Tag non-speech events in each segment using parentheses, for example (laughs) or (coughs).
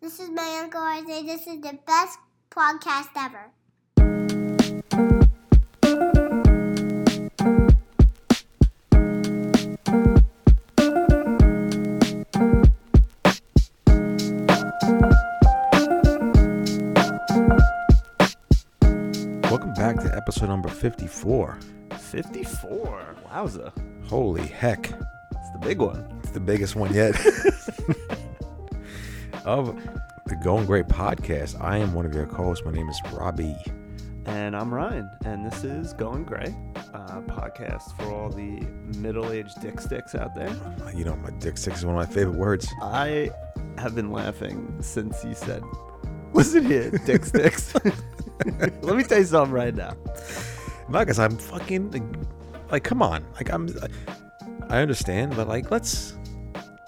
This is my Uncle Isaiah. This is the best podcast ever. Welcome back to episode number 54. 54. Wowza. Holy heck, It's the big one. it's the biggest one yet. (laughs) of the Going Great podcast, I am one of your co hosts. My name is Robbie. And I'm Ryan, and this is Going Gray, uh, podcast for all the middle aged dick sticks out there. You know, my dick six is one of my favorite words. I have been laughing since you said, Listen here, dick sticks. (laughs) Let me tell you something right now. Not because I'm fucking like, like, come on. Like, I'm, I understand, but like, let's,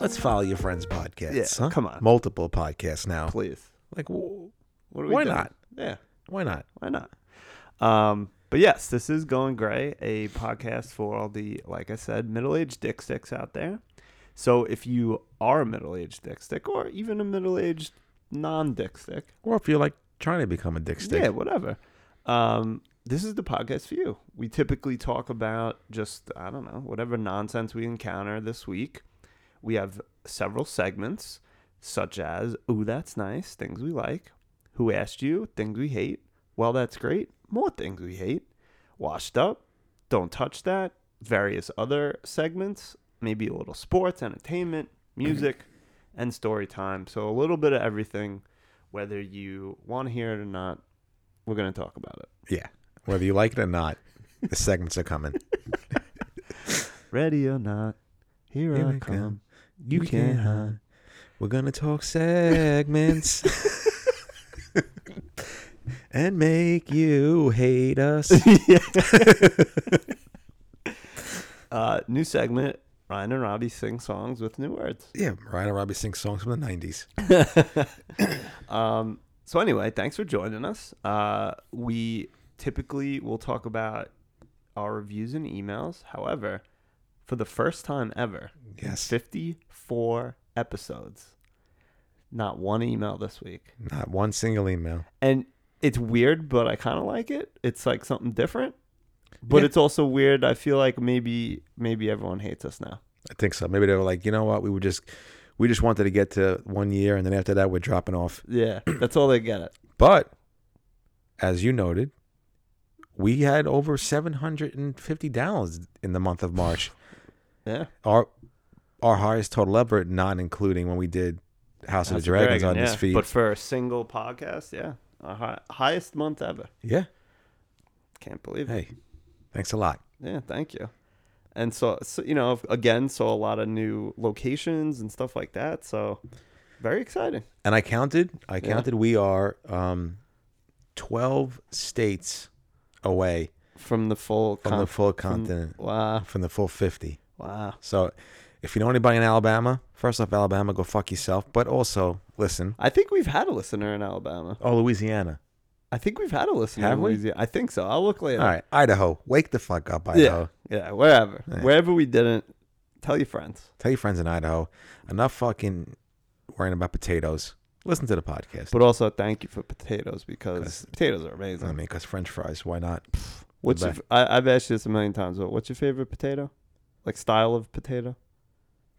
let's follow your friend's podcasts. Yeah, huh? come on. Multiple podcasts now. Please. Like, wh- What are we Why doing? not? Yeah. why not? Why not? Um, but yes, this is Going Gray, a podcast for all the, like I said, middle aged dick sticks out there. So if you are a middle aged dick stick or even a middle aged non dick stick, Or if you're like trying to become a dick stick, yeah, whatever, um, this is the podcast for you. We typically talk about just, I don't know, whatever nonsense we encounter this week. We have several segments, such as, Ooh, that's nice, things we like, Who Asked You, things we hate, Well, that's great, more things we hate, Washed Up, Don't Touch That, various other segments, maybe a little sports, entertainment, music, and story time. So a little bit of everything, whether you want to hear it or not, we're going to talk about it. yeah. Whether you like it or not, the segments are (laughs) coming. Ready or not, here, Here I I come. (laughs) come. You can't hide. We're gonna talk (laughs) segments and make you hate us. Uh, new segment. Ryan and Robbie sing songs with new words. (laughs) yeah, Ryan and Robbie sing songs from the '90s. Um, so anyway, thanks for joining us. Uh, we typically will talk about our reviews and emails. However, for the first time ever, in Yes. 54 episodes, not one email this week. Not one single email. And it's weird, but I kind of like it. It's like something different. But Yeah. it's also weird. I feel like maybe maybe everyone hates us now. I think so. Maybe they were like, you know what? We were just, we just wanted to get to one year, and then after that, we're dropping off. Yeah, (clears throat) that's all they get it. But as you noted, we had over 750 downloads in the month of March. Yeah. our our highest total ever, not including when we did House, of the Dragons on yeah. this feed. But for a single podcast, yeah. Our hi- highest month ever. yeah. Can't believe it. Hey, thanks a lot. Yeah, thank you. And so, so, you know, again, saw a lot of new locations and stuff like that. So, very exciting. And I counted. I Yeah. counted. We are um, twelve states away From the full from the con- full continent, Wow. from the full fifty. Wow. So, if you know anybody in Alabama, first off, Alabama, go fuck yourself. But also, listen. I think we've had a listener in Alabama. Oh, Louisiana. I think we've had a listener Have in we? Louisiana. I think so. I'll look later. All right, Idaho, wake the fuck up, Idaho. Yeah. Yeah. Wherever. Yeah. Wherever we didn't, tell your friends. Tell your friends in Idaho, enough fucking worrying about potatoes. Listen to the podcast. But also, thank you for potatoes because 'Cause- potatoes are amazing. I mean, because French fries, why not? What's the your, I, I've asked you this a million times, but what's your favorite potato? Like style of potato?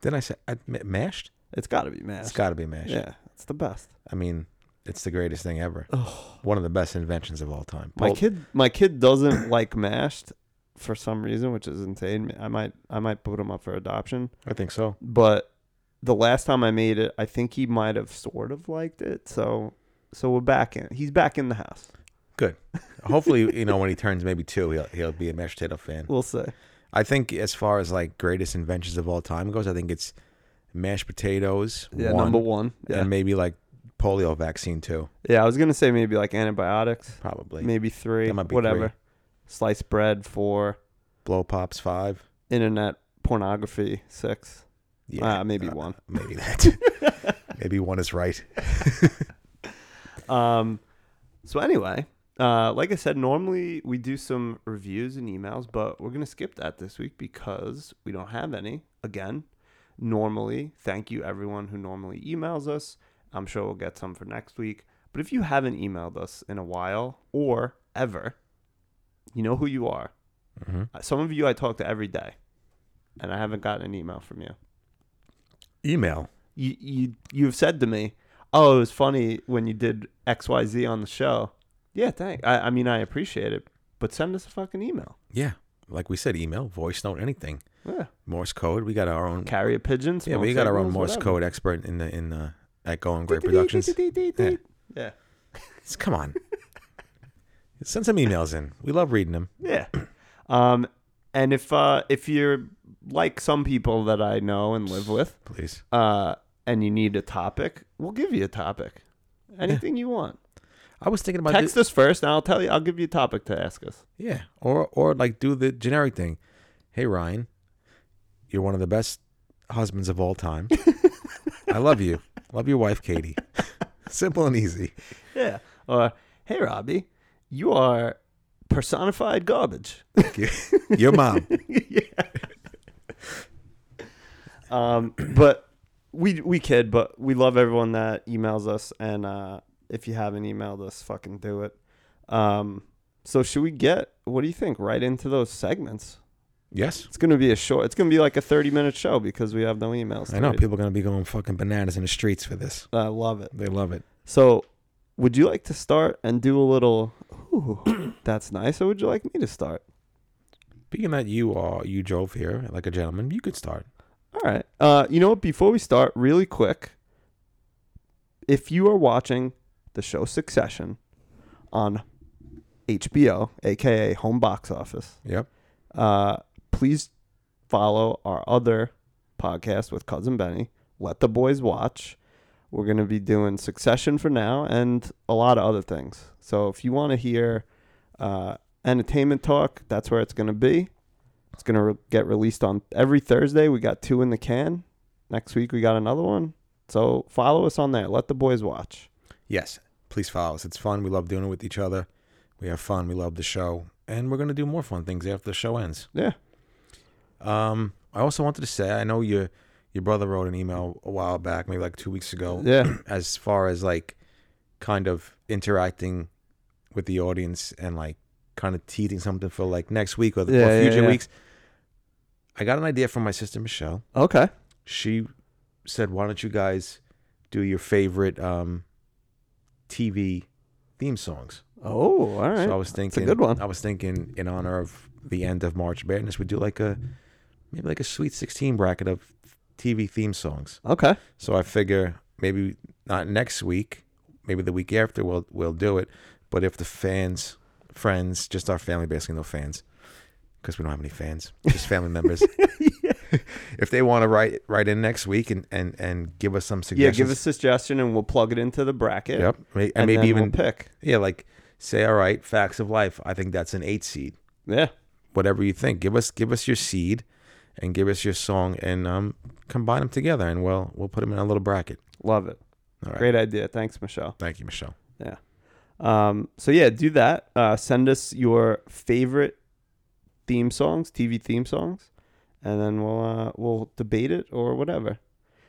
Then I said, I, ma- mashed? It's got to be mashed. It's got to be mashed. Yeah, it's the best. I mean, it's the greatest thing ever. Oh, One of the best inventions of all time. my Pulled- kid, my kid doesn't (coughs) like mashed for some reason, which is insane. I might, I might put him up for adoption. I think so. But the last time I made it, I think he might have sort of liked it. So, so we're back in. He's back in the house. Hopefully, you know, when he turns maybe two, he'll, he'll be a mashed potato fan. We'll see. I think as far as like greatest inventions of all time goes, I think it's mashed potatoes, Yeah, one, number one. Yeah, and maybe like polio vaccine, too, yeah. I was gonna say maybe like antibiotics, probably. maybe three, that might be whatever. three. Sliced bread four. Blow pops, five. internet pornography six. Yeah. Uh, maybe uh, one. Maybe that. (laughs) maybe one is right. Um, so anyway, uh, like I said, normally we do some reviews and emails, but we're gonna skip that this week because we don't have any. Again, normally, thank you everyone who normally emails us. I'm sure we'll get some for next week. But if you haven't emailed us in a while or ever, you know who you are. Mhm. Uh, Some of you I talk to every day, and I haven't gotten an email from you. Email. You you you've said to me, "Oh, it was funny when you did X Y Z on the show." Yeah, thanks. I, I mean, I appreciate it, but send us a fucking email. Yeah. Like we said, email, voice note, anything. Yeah, Morse code. We got our own. carrier pigeons. yeah, we got our own Morse code expert in the in the at Going Great Productions. Yeah. yeah, It's- Come on. Send some emails in. We love reading them. yeah. Um, and if uh if you're like some people that I know and live with, Please. uh, and you need a topic, we'll give you a topic. Anything you want. I was thinking about Text us first, and I'll tell you. I'll give you a topic to ask us. Yeah, or or like do the generic thing. Hey Ryan, you're one of the best husbands of all (laughs) time. I love you. Love your wife, Katie. (laughs) Simple and easy. Yeah. Or hey, Robbie, you are personified garbage. Thank you. Your mom. yeah. Um, (clears throat) but we we kid, but we love everyone that emails us, and uh, if you haven't emailed us, fucking do it. Um, so should we get? What do you think? Right into those segments. Yes, It's gonna be a short. It's gonna be like a thirty-minute show because we have no emails. to I know read. people are gonna be going fucking bananas in the streets for this. I love it. They love it. So, would you like to start and do a little? Ooh, (clears throat) that's nice. Or would you like me to start? Being that you are you drove here like a gentleman, you could start. All right. Uh, you know what? Before we start, really quick, if you are watching the show Succession on HBO, aka Home Box Office, Yep. uh, please follow our other podcast with cousin Benny. Let the boys watch. We're gonna be doing Succession for now and a lot of other things. So if you want to hear uh, entertainment talk, that's where it's gonna be. It's gonna re- get released on every Thursday. We got two in the can. Next week we got another one. So follow us on there. Let the boys watch. Yes. Please follow us. It's fun. We love doing it with each other. We have fun. We love the show, and we're gonna do more fun things after the show ends. Yeah. Um, I also wanted to say I know your your brother wrote an email a while back, maybe like two weeks ago. Yeah. As far as like kind of interacting with the audience and like kind of teasing something for like next week or the or Yeah, yeah, future yeah. weeks. I got an idea from my sister Michelle. Okay. She said, "Why don't you guys do your favorite um, TV theme songs?" Oh, all right. So I was thinking, It's a good one. I was thinking, in honor of the end of March Madness, we do like a maybe like a Sweet 16 bracket of TV theme songs. Okay. So I figure maybe not next week, maybe the week after we'll we'll do it. But if the fans, friends, just our family, basically no fans, because we don't have any fans, just family (laughs) members. If they want to write write in next week and and and give us some Yeah. suggestions, Give us a suggestion and we'll plug it into the bracket. yep, may- and, And, maybe even pick. yeah, like say, all right, facts of life. I think that's an eight seed. Yeah. whatever you think. Give us give us your seed, and give us your song, and um, combine them together, and we'll we'll put them in a little bracket. Love it. All right. Great idea. Thanks, Michelle. Thank you, Michelle. Yeah. Um, so yeah, do that. Uh, send us your favorite theme songs, TV theme songs, and then we'll uh, we'll debate it or whatever.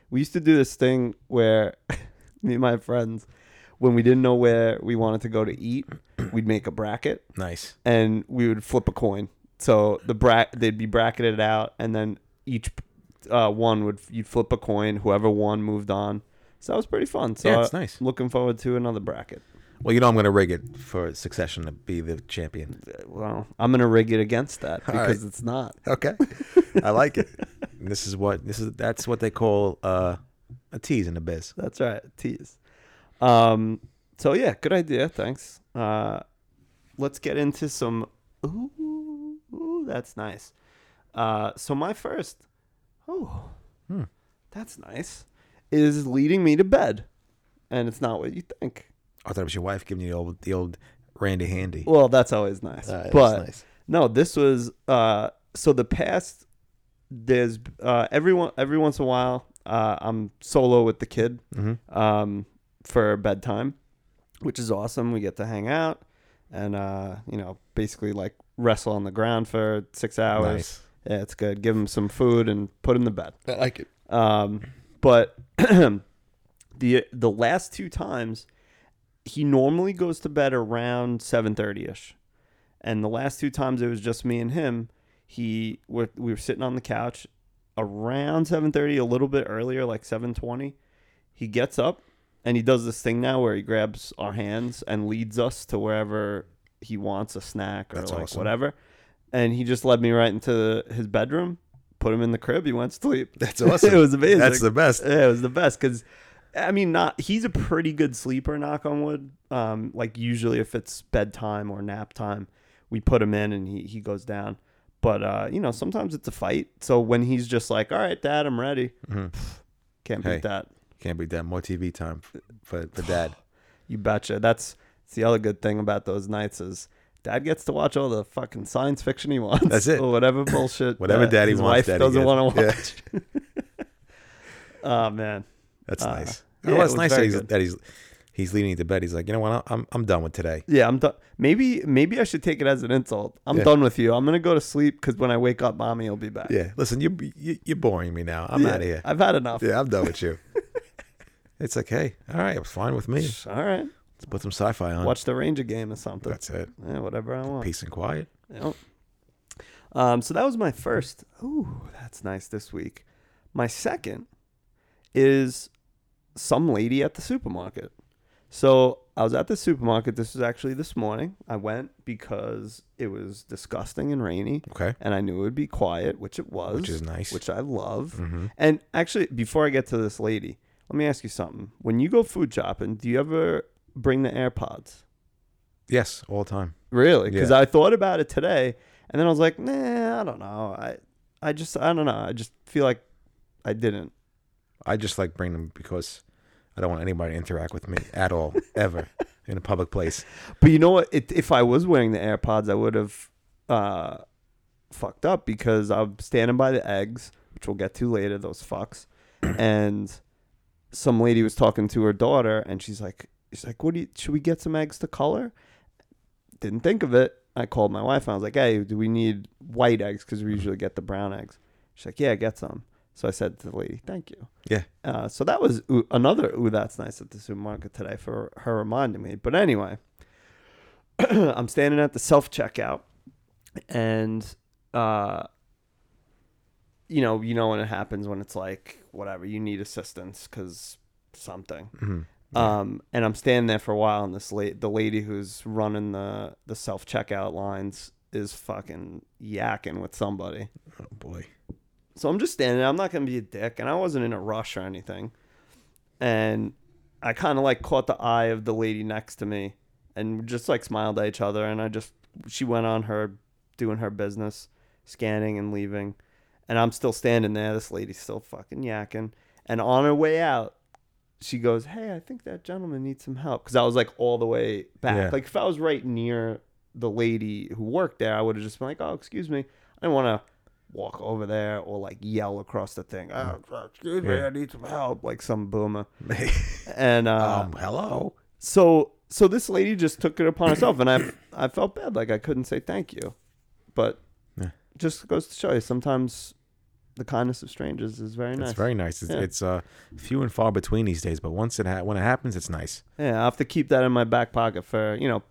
We used to do this thing where (laughs) me and my friends, when we didn't know where we wanted to go to eat, we'd make a bracket Nice. and we would flip a coin. So the bra- they'd be bracketed out, and then each uh, one would you'd flip a coin. Whoever won moved on. So that was pretty fun. So Yeah, it's uh, nice. Looking forward to another bracket. Well, you know I'm gonna rig it for Succession to be the champion. Uh, Well, I'm gonna rig it against that All right. because it's not. Okay, (laughs) I like it. And this is what this is. That's what they call uh, a tease in the biz. That's right. Tease. Um. So yeah, good idea. Thanks. Uh, let's get into some. Ooh, ooh that's nice. Uh, so my first. Oh, Hmm. that's nice. Is leading me to bed, and it's not what you think. I thought it was your wife giving you the old the old Randy Handy. Well, that's always nice. Uh, that's but nice. no, this was uh so the past there's uh everyone every once in a while uh I'm solo with the kid Mhm. um for bedtime, which is awesome. We get to hang out and uh you know, basically like wrestle on the ground for 6 hours. Nice. Yeah, it's good. Give him some food and put him to bed. I like it. Um, but Um, (clears throat) the the last two times he normally goes to bed around 7:30 ish and the last two times it was just me and him he we we were sitting on the couch around 7:30 a little bit earlier like 7:20 he gets up and he does this thing now where he grabs our hands and leads us to wherever he wants a snack or That's like awesome. whatever and he just led me right into his bedroom put him in the crib he went to sleep (laughs) That's awesome. it was amazing That's the best. yeah, it was the best because I mean, not he's a pretty good sleeper. Knock on wood. Um, like usually if it's bedtime or nap time, we put him in and he he goes down. But uh, you know, sometimes it's a fight. So when he's just like, "All right, Dad, I'm ready," can't beat Mm-hmm. Hey. that. Can't beat that. More TV time for (sighs) for dad. You betcha. That's, that's the other good thing about those nights is. Dad gets to watch all the fucking science fiction he wants. That's it. Or whatever (coughs) bullshit. Whatever that daddy his wants, wife daddy doesn't want to watch. gets. oh man, (laughs) That's Uh, nice. yeah, well, it it's was nice that very he's, good. that he's he's leading you to bed. He's like, you know what? I'm I'm done with today. Yeah, I'm done. Maybe maybe I should take it as an insult. I'm Yeah. done with you. I'm gonna go to sleep because when I wake up, mommy will be back. Yeah. Listen, you, you you're boring me now. I'm out of here. I've had enough. yeah, I'm done with you. (laughs) it's like, hey, all right, it's fine with me. Let's All right, put some sci-fi on. watch the Ranger game or something. That's it. yeah, whatever I want. Peace and quiet. Yep. Um, so that was my first. Ooh, that's nice this week. My second is some lady at the supermarket. So I was at the supermarket. This was actually this morning. I went because it was disgusting and rainy. Okay. and I knew it would be quiet, which it was, Which is nice. Mm-hmm. which I love. And actually, before I get to this lady, let me ask you something. When you go food shopping, do you ever bring the AirPods? Yes, all the time. Really? Because Yeah. I thought about it today, and then I was like, nah, I don't know. I, I just, I don't know. I just feel like I didn't. I just like bring them because I don't want anybody to interact with me at (laughs) all, ever, in a public place. But you know what? It, if I was wearing the AirPods, I would have uh, fucked up because I'm standing by the eggs, which we'll get to later, those fucks. and some lady was talking to her daughter, and she's like, she's like, what do you, should we get some eggs to color? Didn't think of it. I called my wife and I was like, hey, do we need white eggs? Because we usually get the brown eggs. She's like, yeah, get some. So I said to the lady, thank you. Yeah. Uh, so that was ooh, another ooh that's nice at the supermarket today for her reminding me. But anyway, (clears throat) I'm standing at the self checkout, and uh, you know, you know when it happens when it's like whatever you need assistance because something. Um, and I'm standing there for a while, and this la- the lady who's running the the self checkout lines is fucking yakking with somebody. Oh boy. So I'm just standing there. I'm not going to be a dick. And I wasn't in a rush or anything. And I kind of like caught the eye of the lady next to me and we just like smiled at each other. And I just, she went on her doing her business, scanning and leaving. And I'm still standing there. This lady's still fucking yakking. And on her way out, she goes, Hey, I think that gentleman needs some help. Cause I was like all the way back. Yeah. Like if I was right near the lady who worked there, I would have just been like, Oh, excuse me. I didn't want to walk over there or like yell across the thing. Oh, excuse me, Yeah. I need some help, like some boomer. And uh, (laughs) um, hello. so, so this lady just took it upon herself, and I, I felt bad, like I couldn't say thank you, but Yeah. just goes to show you sometimes the kindness of strangers is very That's nice. very nice. It's, Yeah. it's uh, few and far between these days, but once it ha- when it happens, it's nice. yeah, I have to keep that in my back pocket for you know,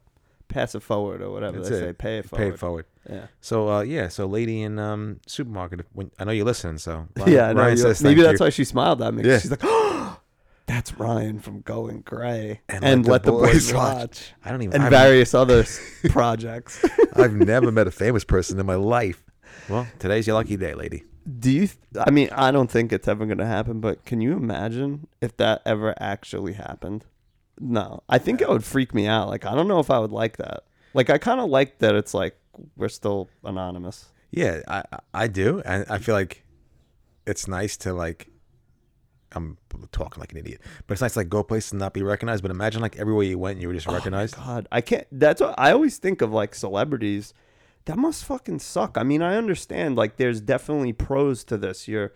pass it forward or whatever That's they it. say, pay it Pay forward. it forward. Yeah, So uh, yeah, so lady in um, supermarket. if- When, I know you're listening, so (laughs) yeah. I know Ryan you- says maybe thank that's you. why she smiled at me. 'cause Yeah. She's like, (gasps) oh, that's Ryan from Going Gray, And and, Let the let, the, boys, Boys Watch. watch. I don't even. and I've, various other (laughs) s- projects. (laughs) I've never met a famous person in my life. Well, today's your lucky day, lady. Do you? th- I mean, I don't think it's ever going to happen, but can you imagine if that ever actually happened? No, I think it would freak me out. Like, I don't know if I would like that. Like, I kind of like that it's like we're still anonymous. Yeah, I I- I do, and I feel like it's nice to like. I'm talking like an idiot, but it's nice to like go places and not be recognized. But imagine like everywhere you went, and you were just recognized. God, I can't. That's what I always think of like celebrities. That must fucking suck. I mean, I understand like there's definitely pros to this. You're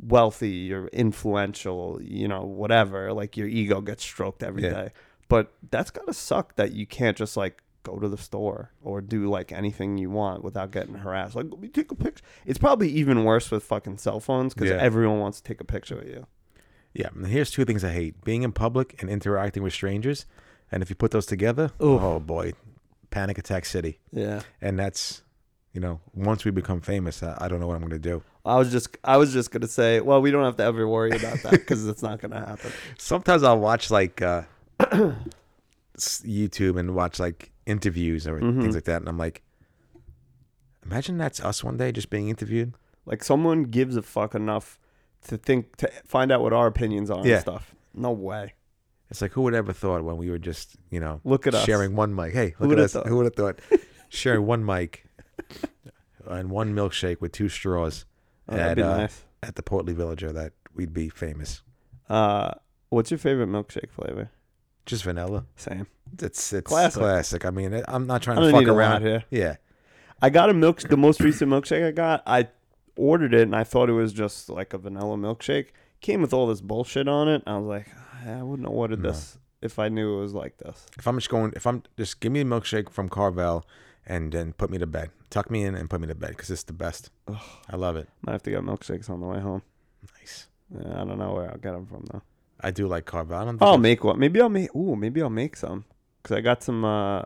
wealthy, you're influential, you know, whatever. Like your ego gets stroked every day. Yeah. But that's got to suck that you can't just like go to the store or do like anything you want without getting harassed. Like, let me take a picture. It's probably even worse with fucking cell phones because Yeah. everyone wants to take a picture of you. Yeah. and here's two things I hate being in public and interacting with strangers. And if you put those together, Oof. oh boy, panic attack city. Yeah. And that's, you know, once we become famous, I, I don't know what I'm going to do. I was just I was just gonna say, well, we don't have to ever worry about (laughs) that because it's not gonna happen. Sometimes I'll watch like uh, (clears throat) s- YouTube and watch like interviews or Mm-hmm. things like that. And I'm like, imagine that's us one day just being interviewed. Like someone gives a fuck enough to think to find out what our opinions are Yeah. and stuff. No way. It's like, who would ever thought when we were just, you know, Look at us. sharing one mic? Hey, look at would've us. thought? Who would have (laughs) thought? sharing one mic and one milkshake with two straws Oh, that'd at, be uh, nice. at the Portly Villager that we'd be famous. Uh, what's your favorite milkshake flavor? Just vanilla. Same. It's it's Classic. classic. I mean, it- I'm not trying I to don't fuck need a lot around. here. Yeah, I got a milk. The most recent milkshake I got, I ordered it and I thought it was just like a vanilla milkshake. Came with all this bullshit on it. I was like, "Ah, I wouldn't have ordered this if I knew it was like this. if I'm just going, if I'm just give me a milkshake from Carvel and then put me to bed, tuck me in and put me to bed because it's the best. I love it. Might have to get milkshakes on the way home. Nice. Yeah, I don't know where I'll get them from though. I do like Carvel. I don't think I'll I've- make one. Maybe I'll make. Ooh, maybe I'll make some because I got some uh,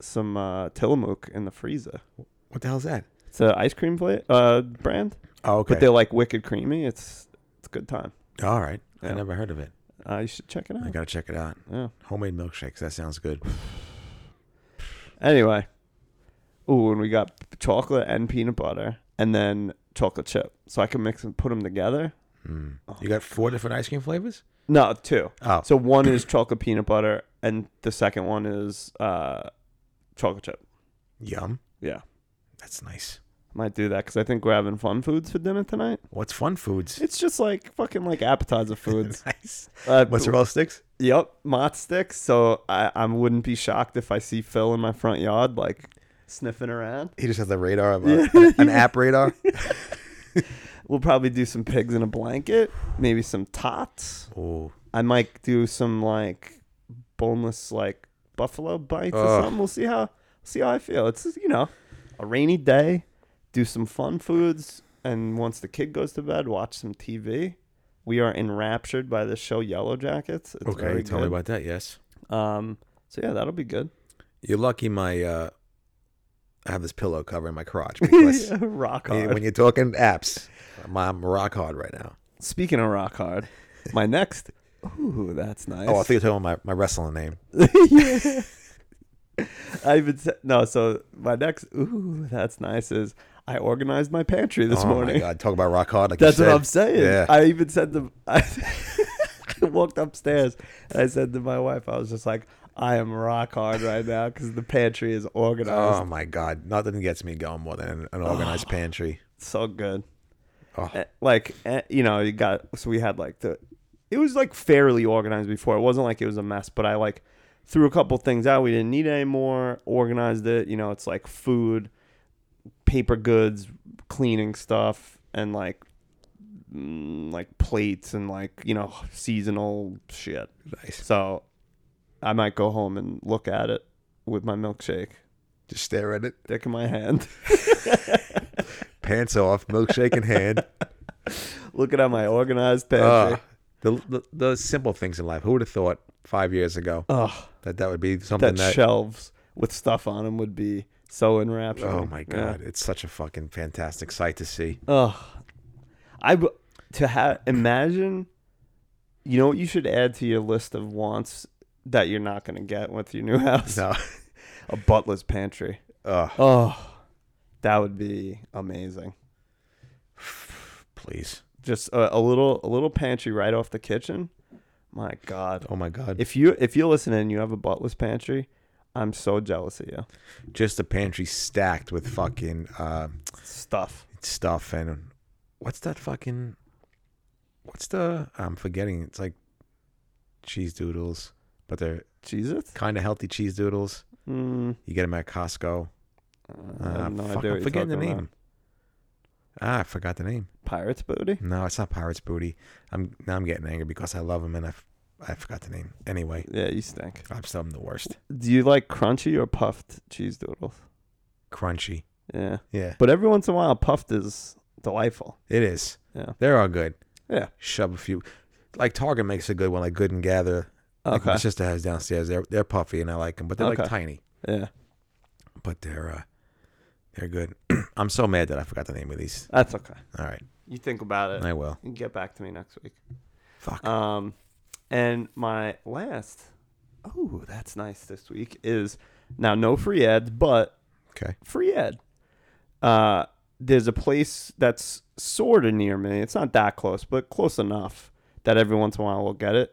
some uh, Tillamook in the freezer. what the hell's that? It's an ice cream plate uh, brand, Oh, okay. but they're like wicked creamy. It's it's a good time. All right. I Yeah. never heard of it. Uh, you should check it I out. gotta check it out. Yeah. Homemade milkshakes. That sounds good. Anyway, ooh, and we got chocolate and peanut butter, and then chocolate chip. So I can mix and put them together. Mm. You got four different ice cream flavors? No, two. Oh, So one is chocolate peanut butter, and the second one is uh, chocolate chip. yum. Yeah, That's nice. might do that because I think we're having fun foods for dinner tonight. What's fun (laughs) foods? It's just like fucking (laughs) like appetizer foods. nice. Uh, Mozzarella sticks? Yep, mott sticks. So I, I wouldn't be shocked if I see Phil in my front yard like sniffing around. He just has the radar of (laughs) a, an, an app radar. We'll probably do some pigs in a blanket, maybe some tots. (laughs) Oh, I might do some like boneless like buffalo bites or Ugh. something. We'll see how see how I feel. It's you know a rainy day. Do some fun foods, and once the kid goes to bed, watch some TV. We are enraptured by the show Yellow Jackets. It's okay. very Tell me good. about that. Yes. Um. So yeah, that'll (laughs) be good. You're lucky my, uh, I have this pillow covering my (laughs) crotch because rock when you- hard. (laughs) when you're talking apps, I'm, I'm rock hard right now. Speaking of rock hard, my next. Ooh, that's nice. Oh, I think you're talking about my, my wrestling name. (laughs) yeah. I even said no. So my next. Ooh, that's nice. Is I organized my pantry this oh morning. my God. Talk about rock hard. Like you (laughs) That's what said. I'm saying. Yeah. I even said to (laughs) I walked upstairs and I said to my wife, I was just like, I am rock hard right now because the pantry is organized. oh my God. Nothing gets me going more than an organized pantry. so good. Oh. Oh. Eh, Like eh, you know, you got so we had like the it was like fairly organized before. It wasn't like it was a mess, but I like threw a couple things out we didn't need anymore, organized it, you know, it's like food, paper goods, cleaning stuff and like mm, like plates and like, you know, seasonal shit. Nice. So I might go home and look at it with my milkshake, Just stare at it. dick in my hand, (laughs) Pants off, milkshake in hand. looking at my organized (laughs) pantry. Uh, the, the the simple things in life. Who would have thought five years ago Ugh. that that would be something that that? shelves with stuff on them would be so enraptured. oh my god, it's such a fucking fantastic sight to see. Ugh. I w- to have imagine. You know what you should add to your list of wants that you're not gonna get with your new (laughs) house? No, (laughs) A butler's pantry. Ugh, Oh, that would be amazing. please. Just a, a little, a little pantry right off the kitchen. My God. Oh my god, If you if you're listening and you have a butler's pantry, I'm so jealous of you. just a pantry stacked with fucking uh, Stuff. stuff and what's that fucking? What's the? I'm forgetting. It's like cheese doodles, but they're Cheez Its? kind of healthy cheese doodles. Mm, You get them at Costco. I Uh, have no fuck, I'm idea what you're forgetting the talking about. name. Ah, I forgot the name. Pirates Booty? No, it's not Pirates Booty. I'm now I'm getting angry because I love him and I, f- I forgot the name. Anyway, Yeah, you stink. I'm still the worst. Do you like crunchy or puffed cheese doodles? Crunchy. Yeah. Yeah, But every once in a while, puffed is delightful. it is. Yeah. They're all good. Yeah. Shove a few. like Target makes a good one, like Good and Gather. Like Okay. my sister has downstairs. They're they're puffy and I like them, but they're Okay. like tiny. Yeah. But they're uh, they're good. (clears throat) I'm so mad that I forgot the name of these. That's okay. All right, You think about it. I will. and get back to me next week. Fuck. Um, and my last, oh, that's nice this week is now no free ads, but Okay. free ad. Uh, there's a place that's sort of near me. It's not that close, but close enough that every once in a while we'll get it.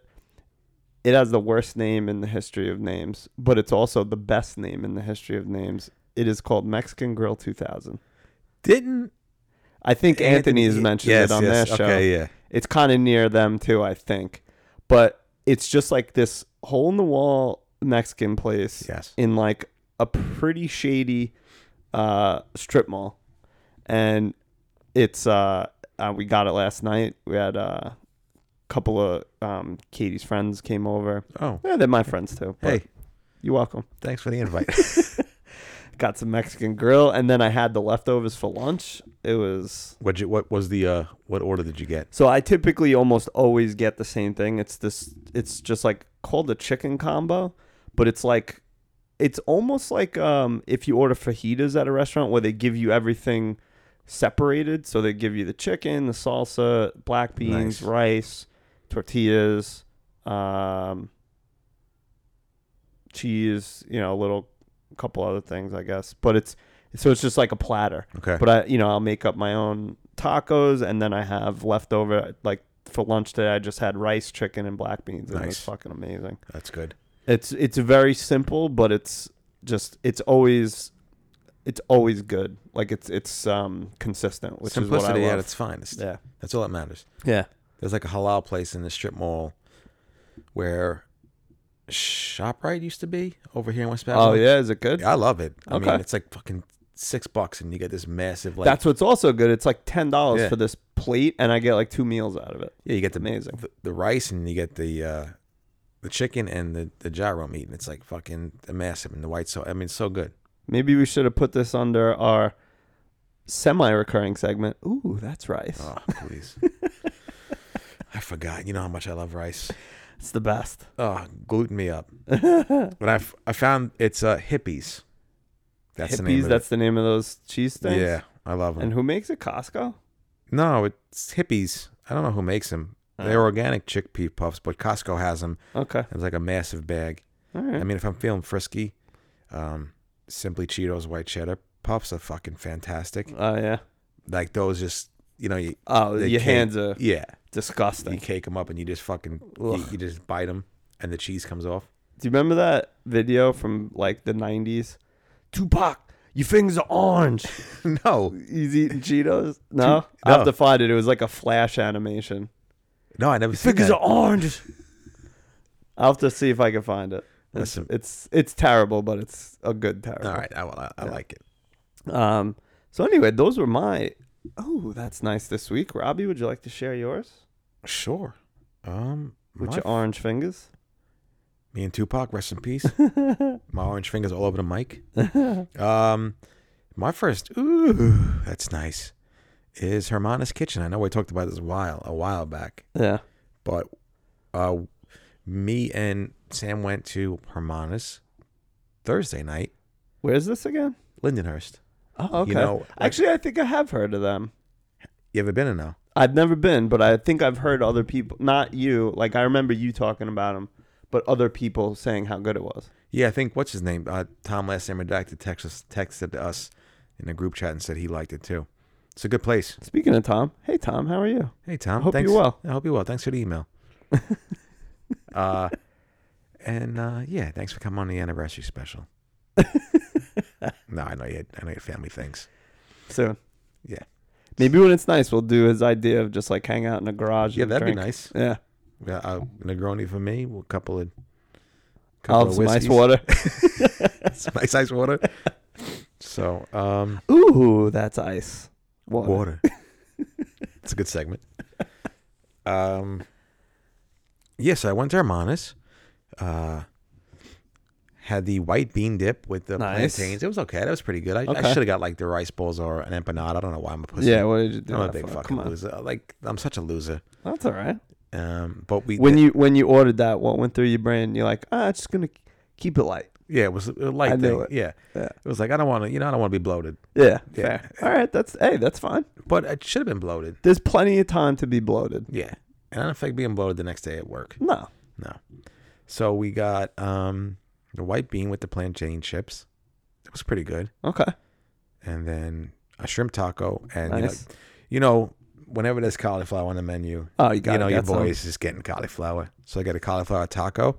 It has the worst name in the history of names, but it's also the best name in the history of names. It is called Mexican Grill 2000. Didn't I think Anthony has mentioned yes, it on yes. their show. Okay, yeah. It's kind of near them too, I think. But it's just like this hole in the wall Mexican place Yes. in like a pretty shady uh, strip mall, and it's uh, uh we got it last night. We had uh, a couple of um, Katie's friends came over. Oh, Yeah, they're my friends too. but hey, you're welcome. thanks for the invite. (laughs) Got some Mexican grill, and then I had the leftovers for lunch. It was what you, what was the uh what order did you get? So I typically almost always get the same thing. It's this. It's just like called a chicken combo, but it's like, it's almost like um if you order fajitas at a restaurant where they give you everything separated. So they give you the chicken, the salsa, black Nice. beans, rice, tortillas, um, cheese. You know, a little couple other things, I guess. But it's so it's just like a platter Okay. (laughs) but I, you know, I'll make up my own tacos, and then I have leftover like for lunch today. I just had rice, chicken, and black beans, and Nice. it's fucking amazing. That's good. It's it's very simple, but it's just it's always it's always good. Like it's it's um consistent, which Simplicity is what I at love. its finest. yeah, That's all that matters. yeah, There's like a halal place in the strip mall where ShopRite used to be over here in West Baton. Oh yeah, is it good? Yeah, I love it. I Okay. mean, it's like fucking six bucks, and you get this massive like. That's what's also good. It's like ten dollars Yeah. for this plate, and I get like two meals out of it. yeah, you get the, amazing. the the rice, and you get the uh, the chicken and the the gyro meat, and it's like fucking massive, and the white sauce. I mean, it's so good. Maybe we should have put this under our semi-recurring segment. Ooh, that's rice. Oh, (laughs) please. I forgot. You know how much I love rice. It's the best. Oh, gluten me up. but I, f- I found it's uh, hippies. That's Hippies, the name. Of that's the name of those cheese it. things. yeah. I love them. And who makes it? Costco? no, it's hippies. I don't know who makes them. Uh-huh. They're organic chickpea puffs, but Costco has them. Okay. It's like a massive bag. All right. I mean, if I'm feeling frisky, um, simply Cheetos white cheddar puffs are fucking fantastic. Oh yeah. Like those, just you know, you, Oh, they your cake- hands are yeah, disgusting. you cake them up and you just fucking you, Ugh. you just bite them and the cheese comes (laughs) off. (laughs) Do you remember that video from like the '90s? Tupac, your fingers are orange. no, He's (laughs) eating Cheetos. No, I have no. to find it. It was like a flash animation. no, I never seen Fingers that. are orange. I'll have to see if I can find it. It's, Listen. it's it's terrible, but it's a good terrible. All right, I, I, I like it. Um. So anyway, those were my. Oh, that's nice this week. Robbie, would you like to share yours Sure. Um, with my- your orange fingers? me and Tupac, rest in peace. my orange fingers all over the mic. Um, my first, ooh, that's nice. Is Hermana's Kitchen? I know we talked about this a while a while back, Yeah. but uh, me and Sam went to Hermana's Thursday night, Where's this again? Lindenhurst. Oh, okay. You know, like- Actually, I think I have heard of them. You ever been in now? I've never been, but I think I've heard other people, not you. Like I remember you talking about them, but other people saying how good it was. Yeah, I think what's his name? Uh, Tom last name redacted Texas texted us in a group chat and said he liked it too. It's a good place. Speaking of Tom, hey Tom, how are you? Hey Tom, I hope thanks. you're well. I hope you're well. Thanks for the (laughs) email. uh, and uh, yeah, thanks for coming on the anniversary (laughs) special. no, I know you. had- I know your family things. Soon. Yeah, Maybe when it's nice, we'll do his idea of just like hang out in a garage. yeah, and that'd be drink. nice. Yeah. Yeah, uh, Negroni for me, a couple of. I'll have some ice whiskeys, water. (laughs) some nice ice (laughs) water. So, um, Ooh, that's ice. Water. water. it's a good (laughs) segment. Um, yeah, so I went to Hermanas. Uh, had the white bean dip with the Nice. plantains. It was okay. That was pretty good. I, I Okay. should have got like the rice balls or an empanada. I don't know why I'm a pussy. Yeah, what did you do? I'm a that big for? fucking Come on. loser. Like I'm such a loser. That's all right. Um, but we When you when you ordered that, what went through your brain? You're like, ah, it's just gonna keep it light. yeah, it was a light I knew thing. it. Yeah. Yeah. it was like I don't want to, you know, I don't want to be bloated, Yeah, Yeah. fair. All right, that's hey, that's fine. but it should have been bloated. There's plenty of time to be bloated. Yeah, and I don't think being bloated the next day at work. No, No. So we got um the white bean with the plantain chips. It was pretty good. okay, And then a shrimp taco and you know- nice. you know, whenever there's cauliflower on the menu, oh, you got you know your some. boys is getting cauliflower. So I got a cauliflower taco.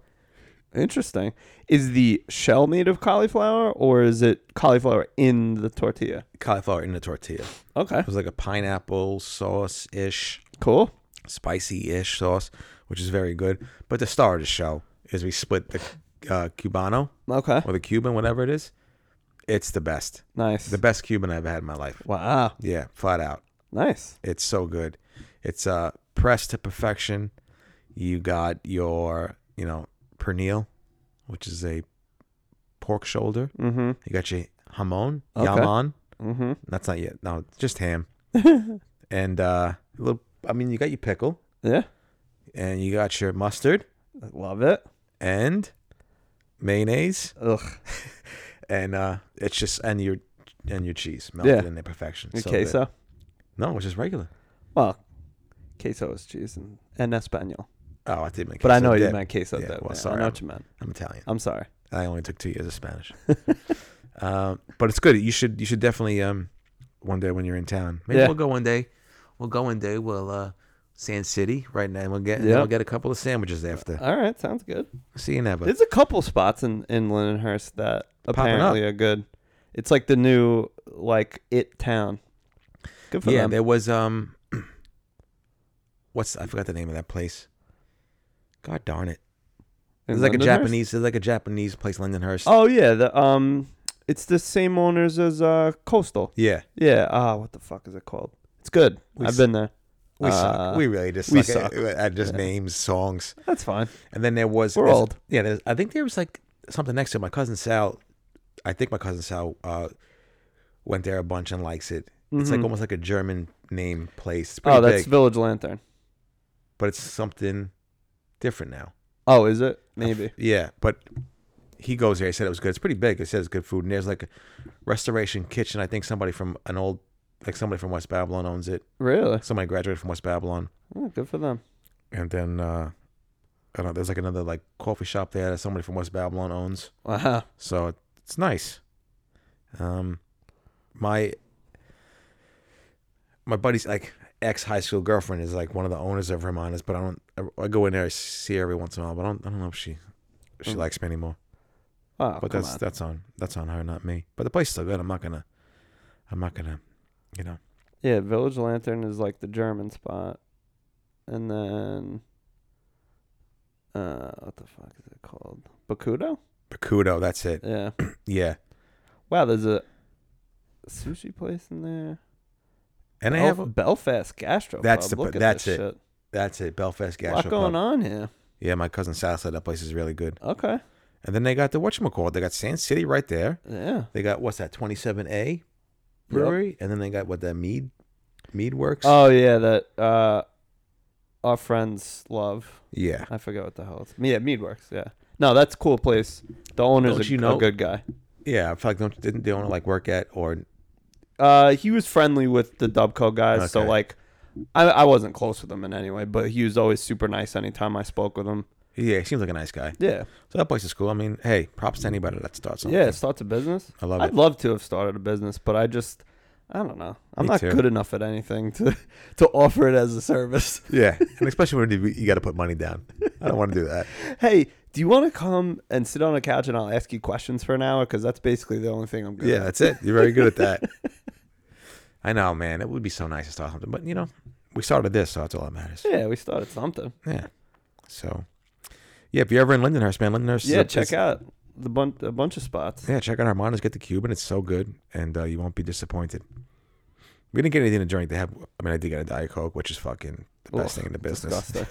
Interesting. Is the shell made of cauliflower or is it cauliflower in the tortilla? Cauliflower in the tortilla. It Okay, was like a pineapple sauce ish, cool. spicy ish sauce, which is very good. But the star of the show is we split the uh, Cubano Okay, or the Cuban, whatever it is. It's the best. nice. The best Cuban I've had in my life. wow, Yeah, flat out. nice. It's so good. It's uh pressed to perfection. You got your, you know, pernil, which is a pork shoulder. Mm-hmm. You got your hamon, Okay. yaman. Mm-hmm. That's not yet. No, just (laughs) ham. and uh a little I mean, you got your pickle Yeah, and you got your mustard I love it. and mayonnaise (laughs) Ugh, and uh it's just and your and your cheese melted Yeah. in their perfection. your So good. queso. No, which is regular. Well, queso is cheese and, and espanol, Oh, I did make but I queso know you dip. meant queso. Yeah, dip. well, Yeah, sorry, I know I'm- what you meant. I'm Italian. I'm sorry. I only took two years of Spanish, (laughs) um, but it's good. You should you should definitely um, one day when you're in town. Maybe Yeah. we'll go one day. We'll go one day. We'll uh, Sand City right now. And we'll get and Yeah. Uh, we'll get a couple of sandwiches after. All right, sounds good. See you never. There's a couple spots in in Lindenhurst that up. apparently are good. It's like the new like it town. Good for yeah, them. there was um, (clears throat) what's I forgot the name of that place. God darn it! In It's like a Lindenhurst? Japanese. It's like a Japanese place, Lindenhurst. Oh yeah, the um, it's the same owners as uh Coastal. yeah. Yeah. Ah, what the fuck is it called? It's good. We I've s- been there. We suck. Uh, We really just we suck, at- (laughs) at just names, songs. That's fine. And then there was We're there's- old. Yeah, there's, I think there was like something next to it. my cousin Sal. I think my cousin Sal uh, went there a bunch and likes it. It's like almost like a German name place. It's pretty mm-hmm. Oh, that's big, Village Lantern. but it's something different now. Oh, is it? Maybe. Yeah, but he goes there. He said it was good. It's pretty big. It says good food, and there's like a restoration kitchen. I think somebody from an old, like somebody from West Babylon owns it. Really? Somebody graduated from West Babylon, Oh, good for them. and then uh, I don't know. There's like another like coffee shop there that somebody from West Babylon owns. Wow. so it- it's nice. Um, my my buddy's like ex high school girlfriend is like one of the owners of Hermanas, but I don't. I- I go in there, I see her every once in a while, but I don't. I don't know if she if she Mm. likes me anymore. Wow. But come that's on. that's on that's on her, not me. But the place is still good. I'm not gonna. I'm not gonna. You know. yeah. Village Lantern is like the German spot, and then uh, what the fuck is it called? Bakudo. Bakudo, that's it. Yeah. Yeah, Wow. There's a sushi place in there. and I Belf- have Belfast Gastro. That's the Pub. Look pl- at that's this it. Shit. that's it. Belfast Gas. lot going on here. Yeah, my cousin Sal said that place is really good. Okay. And then they got the whatchamacallit. They got Sand City right there. Yeah. They got what's that? Twenty seven A brewery, and then they got what that mead, mead works. Oh yeah, that uh our friends love. yeah. I forget what the hell it's. Yeah, Meadworks, yeah. No, that's a cool place. The owner's Don't a, you a know? good guy. Yeah. I feel like don't didn't they want to like work at or Uh he was friendly with the Dubco guys, so Okay. like I, I wasn't close with him in any way, but he was always super nice anytime I spoke with him. yeah, he seems like a nice guy. Yeah. So that place is cool. I mean, hey, props to anybody that starts something. Yeah, starts a business. I love I'd it. love to have started a business, but I just I don't know. I'm Me not too. good enough at anything to (laughs) to offer it as a service. (laughs) Yeah. and especially when you, you got to put money down. I don't want to do (laughs) that. hey, do you want to come and sit on a couch and I'll ask you questions for an hour? Because that's basically the only thing I'm good Yeah, at. that's it. You're very good at that. I know, man. It would be so nice to start something, but you know, we started this, so that's all that matters. Yeah, we started something. Yeah. So, yeah, if you're ever in Lindenhurst, man, Lindenhurst. is yeah, a- check is- out the bun- a bunch of spots. Yeah, check out Armando's. Get the Cuban. It's so good, and uh, you won't be disappointed. We didn't get anything to drink. They have, I mean, I did get a Diet Coke, which is fucking the best Ugh, thing in the business. (laughs) Disgusting.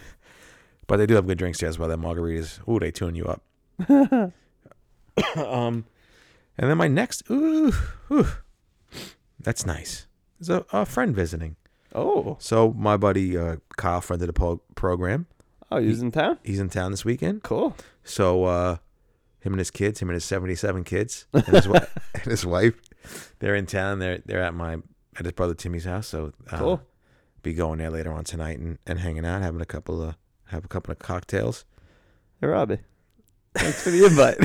But they do have good drinks there as well. That margaritas, ooh, they tune (laughs) you up. um, and then my next, ooh, ooh that's nice. There's a, a friend visiting. oh, So my buddy uh, Kyle, friend of the po- program, Oh, he's in town. He's in town this weekend. Cool. So uh, him and his kids, him and his seventy-seven kids, and his, wi- (laughs) and his wife, they're in town. They're they're at my at his brother Timmy's house. So uh, Cool. Be going there later on tonight and, and hanging out, having a couple of have a couple of cocktails. Hey, Robbie. Thanks for (laughs) the invite.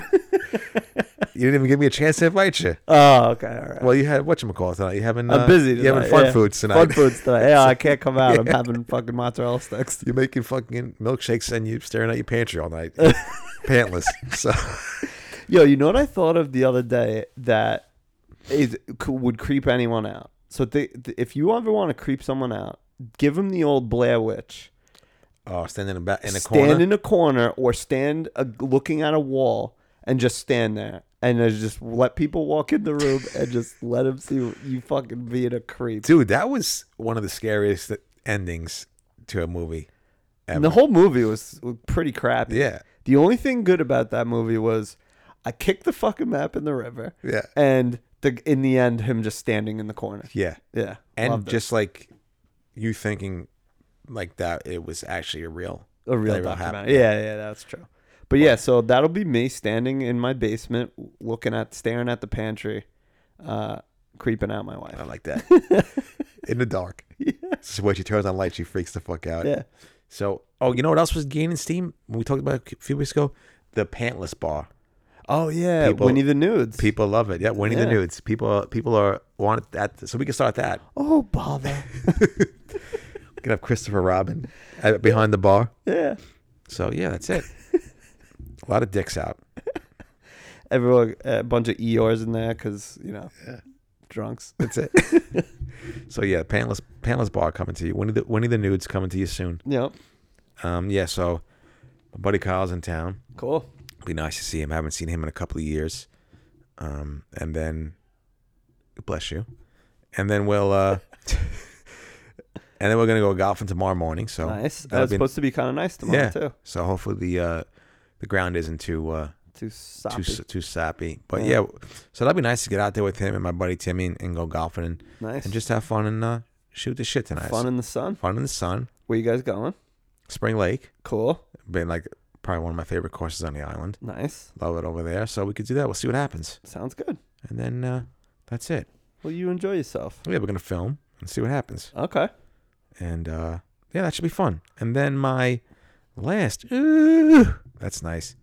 You didn't even give me a chance to invite you. oh, okay. All right. Well, you had what you call tonight. You having I'm uh, busy. You having tonight, fun yeah. foods tonight. Fun foods tonight. Yeah, I can't come out. I'm having fucking mozzarella sticks. (laughs) You're making fucking milkshakes and you staring at your pantry all (laughs) night, pantless. So (laughs) Yo, you know what I thought of the other day that is c- would creep anyone out. So th- th- if you ever want to creep someone out, give them the old Blair Witch. oh, standing in, ba- in a stand corner. in a corner or stand a, looking at a wall and just stand there and then just let people walk in the room and just let them see you fucking being a creep. Dude, that was one of the scariest endings to a movie. And the whole movie was pretty crappy. Yeah. The only thing good about that movie was I kicked the fucking map in the river. Yeah. And the in the end, him just standing in the corner. Yeah. Yeah. And loved it. just like you thinking like that it was actually a real a real that documentary. Yeah, yeah, that's true. But yeah, so that'll be me standing in my basement, looking at, staring at the pantry, uh, creeping out my wife. I like that. (laughs) in the dark. Yeah. So when she turns on light, she freaks the fuck out. Yeah. So oh, you know what else was gaining steam when we talked about it a few weeks ago? The pantless bar. Oh yeah, People- Winnie the Nudes. People love it. Yeah, Winnie the Yeah. Nudes. People people are want that. So we can start that. (laughs) oh bother. We can have Christopher Robin at, behind the bar. yeah. So yeah, that's (laughs) it. a lot of dicks out. Everyone, a bunch of Eeyores in there because you know, drunks. That's it. (laughs) so yeah, pantless pantless bar coming to you. Winnie the Winnie the Nudes coming to you soon. Yep. Um, yeah. So my buddy Kyle's in town. Cool. Be nice to see him. I haven't seen him in a couple of years. Um, and then bless you. And then we'll (laughs) uh, and then we're gonna go golfing tomorrow morning. So Nice. that'll That's be- supposed to be kind of nice tomorrow yeah. too. So hopefully the uh, the ground isn't too uh, Too too soppy. s- too sappy. But Yeah. yeah. so that'd be nice to get out there with him and my buddy Timmy and, and go golfing and, nice. and just have fun and uh, shoot the shit tonight. fun in the sun. Fun in the sun, Where you guys going? Spring Lake, Cool. been like probably one of my favorite courses on the island. Nice. Love it over there. So we could do that. We'll see what happens, Sounds good. and then uh, that's it. Well, you enjoy yourself. Yeah, we're gonna film and see what happens, Okay. and uh, yeah, that should be fun. And then my last, ooh, that's nice.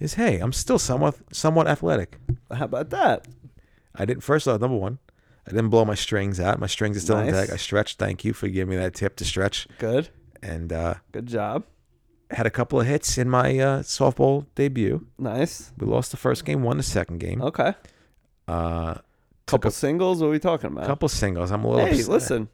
Is hey, I'm still somewhat somewhat athletic. How about that? I didn't first off number one. I didn't blow my strings out. My strings are still Nice. intact. I stretched. Thank you for giving me that tip to stretch. Good. And uh, Good job. had a couple of hits in my uh, softball debut. Nice. We lost the first game, won the second game. Okay. Uh, took Oh. Couple singles. What are we talking a about? couple singles. I'm a little. hey, upset. listen.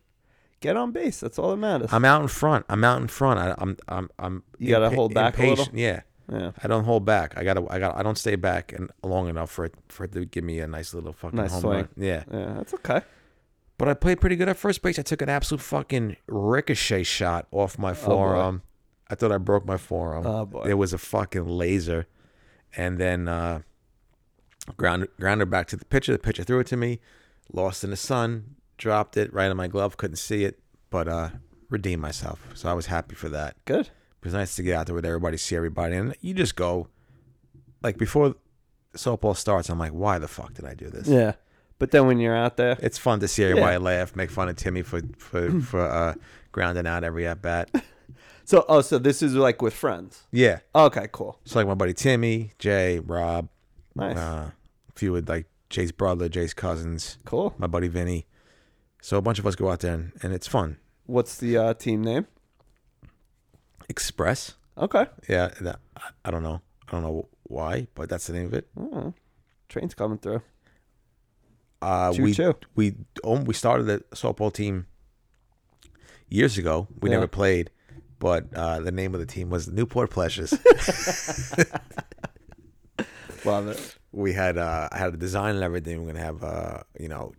Get on base. That's all that matters. I'm out in front. I'm out in front. I, I'm I'm I'm. You gotta impa- hold back a little? impatient. Yeah, yeah. I don't hold back. I gotta I got to I don't stay back and long enough for it for it to give me a nice little fucking Nice home swing. run. Yeah. Yeah. That's okay. But I played pretty good at first base. I took an absolute fucking ricochet shot off my forearm. I thought I broke my forearm. Oh, boy. It was a fucking laser. And then uh, ground grounded back to the pitcher. The pitcher threw it to me. Lost in the sun. Dropped it right on my glove. Couldn't see it, but uh, redeemed myself. So I was happy for that. Good. It was nice to get out there with everybody, see everybody, and you just go like before softball starts. I'm like, why the fuck did I do this? Yeah. But then when you're out there, It's fun to see everybody laugh, make fun of Timmy for for for uh, grounding out every at bat. so oh, so this is like with friends. Yeah, Okay. Cool. so like my buddy Timmy, Jay, Rob, Nice. uh, a few with like Jay's brother, Jay's cousins, cool. my buddy Vinny. So a bunch of us go out there and, and it's fun. What's the uh, team name? Express, Okay. yeah, that, I, I don't know, I don't know why, but that's the name of it. Oh, train's coming through. Uh, Choo we choo. we um, we started a softball team years ago. We Yeah. never played, but uh, the name of the team was Newport Pleasures. Love (laughs) it. we had uh, I had a design and everything. We're gonna have uh, you know,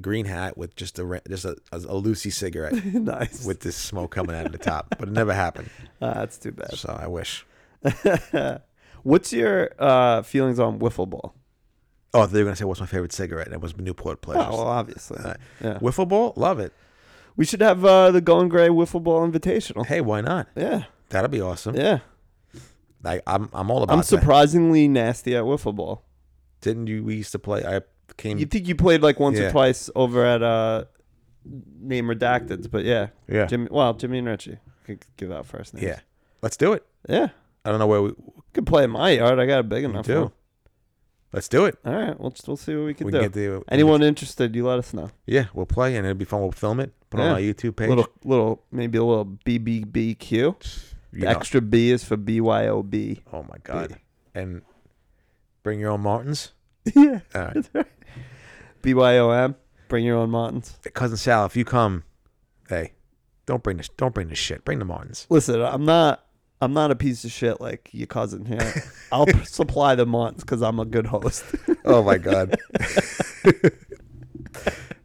green hat with just a ra- just a, a, a Lucy (laughs) cigarette nice. with this smoke coming out of the top, but it never happened. Ah, that's too bad. So I wish. What's your uh, feelings on wiffle ball? Oh, they were gonna say what's my favorite cigarette, and it was Newport Pleasures. Oh, well, obviously. Uh, yeah. Wiffle ball, love it. We should have uh, the Going Gray Wiffle Ball Invitational. Hey, why not? Yeah. That'll be awesome. Yeah. I, I'm I'm all about I'm that. surprisingly nasty at wiffle ball. Didn't you? We used to play. I came. You'd think you played like once Yeah. or twice over at uh name redacted, but yeah. Yeah. Jimmy well, Jimmy and Richie. Could give out first names. yeah. Let's do it. Yeah. I don't know where we Could play in my yard. I got a big enough do. one. Let's do it. All right, we'll just, we'll see what we can We do. can get the Anyone interested, you let us know. Yeah, we'll play and it'll be fun. We'll film it. Put it on Yeah. our YouTube page. Little little maybe a little BBBQ. You The know. extra B is (laughs) for BYOB. Oh my god. And bring your own Martins. yeah. All right. BYOM. Bring your own Martins. Cousin Sal, if you come, hey, don't bring this. Don't bring this shit. Bring the Martins. Listen, I'm not I'm not a piece of shit like your cousin (laughs) here. I'll supply the Martins because I'm a good host. (laughs) Oh my god. (laughs)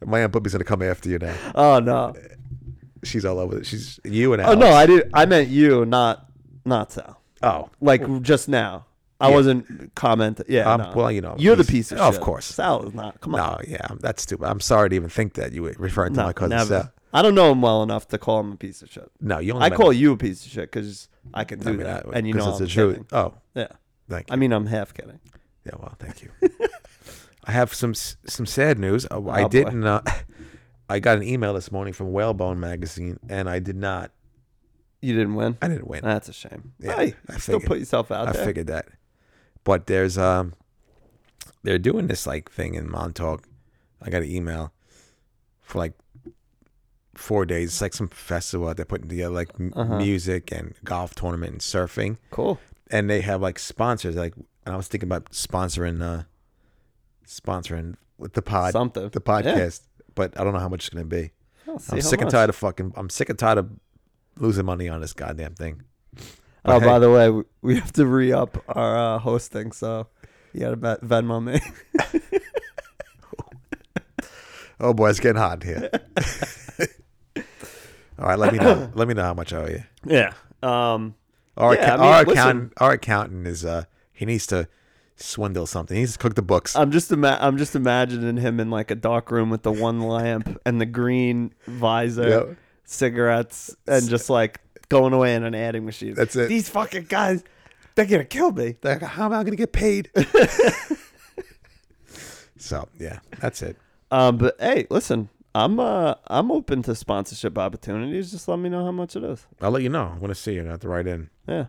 My aunt Bubby's gonna come after you now. oh no. She's all over it. She's you and Oh Alex. no, I did I meant you, not not Sal. Oh, Like just now. I Yeah. wasn't comment. Yeah, Um, no. well, you know, you're the he's- piece of oh, of shit. course. Sal is not. Come on, no, yeah, that's stupid. I'm sorry to even think that you were referring to No, my cousin never. Sal. I don't know him well enough to call him a piece of shit. No, you only I meant- call you a piece of shit because I can do I mean, that, I- and you 'cause know it's I'm the truth. kidding. Oh, Yeah, thank you. I mean I'm half kidding. Yeah, well, thank you. (laughs) I have some s- some sad news. Oh, I Oh, boy. didn't. Uh, (laughs) I got an email this morning from Whalebone Magazine, and I did not. You didn't win. I didn't win. That's a shame. Yeah, hey, I you still figured- put yourself out I there. figured that. But there's um, they're doing this like thing in Montauk. I got an email for like four days. It's like some festival they're putting together, like m- Uh-huh. music and golf tournament and surfing, Cool. and they have like sponsors. Like, and I was thinking about sponsoring, uh, sponsoring with the pod, Something. the Yeah. podcast. But I don't know how much it's gonna be. I'll see I'm how sick and much. tired of fucking. I'm sick and tired of losing money on this goddamn thing. But Oh, hey, by the way, we- we have to re up our uh, hosting, so you got to bet Venmo me. Oh boy, it's getting hot in (laughs) here. All right, let me (laughs) know. Let me know how much I owe you. yeah. (laughs) Um. Our, Yeah, I acco- mean, our listen. accountant, our accountant is uh, he needs to swindle something. He needs to cook the books. I'm just ima- I'm just imagining him in like a dark room with the one lamp and the green visor, Yep. cigarettes, and just like going away in an adding machine. That's it. These fucking guys, they're gonna kill me. Like, how am I going to get (laughs) paid? so yeah, that's it. Um, but hey, listen, I'm uh I'm open to sponsorship opportunities. Just let me know how much it is. I'll let you know. I want to see you. I have to write in. Yeah,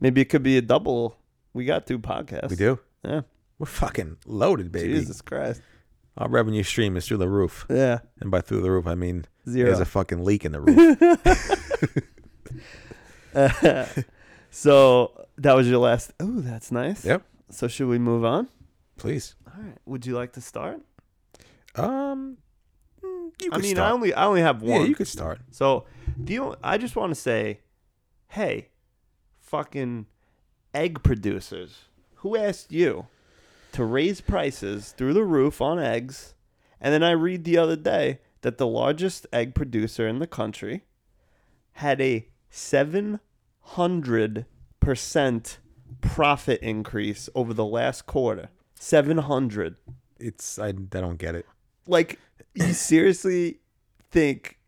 maybe it could be a double. We got two podcasts. We do. Yeah. We're fucking loaded, baby. Jesus Christ. Our revenue stream is through the roof, Yeah. and by through the roof, I mean Zero. there's a fucking leak in the (laughs) roof. so that was your last. Oh, that's nice. yep. So should we move on? Please. All right. Would you like to start? Um, mm, you I could mean, I start. only I only have one. Yeah, you could start. So the only, I just want to say, hey, fucking egg producers, who asked you to raise prices through the roof on eggs? And then I read the other day that the largest egg producer in the country had a seven hundred percent profit increase over the last quarter. Seven hundred It's I, I don't get it. like you seriously think